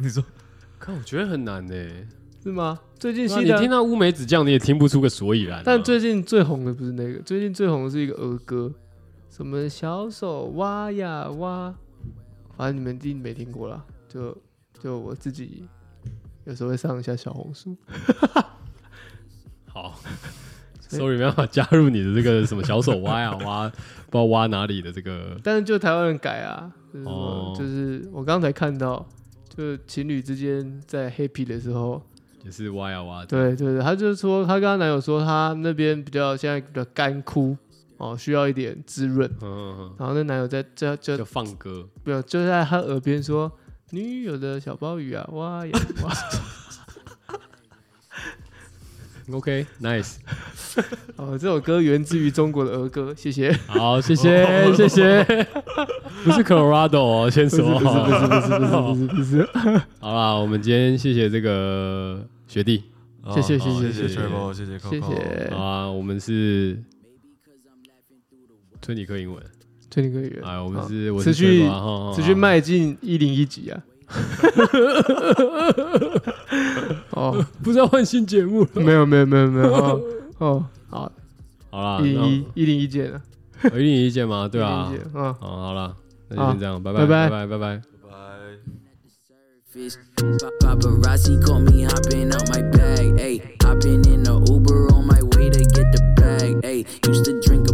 C: 你说
A: 看，我觉得很难呢。欸
B: 是吗？最近
A: 对啊
B: 新
A: 你听
B: 的，
A: 到乌梅子酱，你也听不出个所以然啊。
B: 但最近最红的不是那个，最近最红的是一个儿歌，什么小手挖呀挖，反正你们一定没听过啦，就就我自己有时候会上一下小红书，
A: 好 <laughs> ，sorry，没办法加入你的这个什么小手挖呀挖，不知道挖哪里的这个
B: 但是就台湾人改啊，就是什么、
A: 哦
B: 就是我刚才看到，就情侣之间在 happy 的时候，
A: 也是挖呀挖的。
B: 对对对，她就是说她跟她男友说她那边比较现在比较干枯哦，需要一点滋润。
A: 嗯，嗯
B: 然后那男友在就
A: 嗯
B: 就
A: 就放歌，
B: 没有就在她耳边说女友的小鲍鱼啊，哇呀哇！ <laughs>
A: OK，Nice，、
B: 哦，这首歌源自于中国的儿歌，谢谢。
A: 好，谢谢谢
B: <laughs>
A: 谢，不是 Colorado 哦，先说好，
B: 不是不是不是不是不是，
A: <laughs> 好啦，我们今天谢谢这个学弟
C: 哦
B: 谢谢
C: 好
B: 谢谢
C: 谢
A: 谢谢
C: Travel，谢谢 Coco，
B: 谢谢
A: 好啊，我们是春尼克英文，
B: 推你个圆。
A: 哎，我们
B: 好
A: 是我
B: 持
A: 是
B: 续持
A: 持
B: 续迈进一零一
A: <laughs>
B: 级啊。哦，
A: 不是要换新节目了，
B: 没有没有没有没有哦哦，好，
A: 好啦，
B: 一
A: 啊那
B: 零一一零一见了，
A: 我一定有意见嘛，对啊
B: 101，见啊。
A: 好，好啦，那就先这样，拜拜
B: 拜
A: 拜
B: 拜
A: 拜拜拜。
C: 拜拜。
D: Fish. Pa- Paparazzi caught me hopping out my bag. Ayy, hopping in the Uber on my way to get the bag. Ayy, used to drink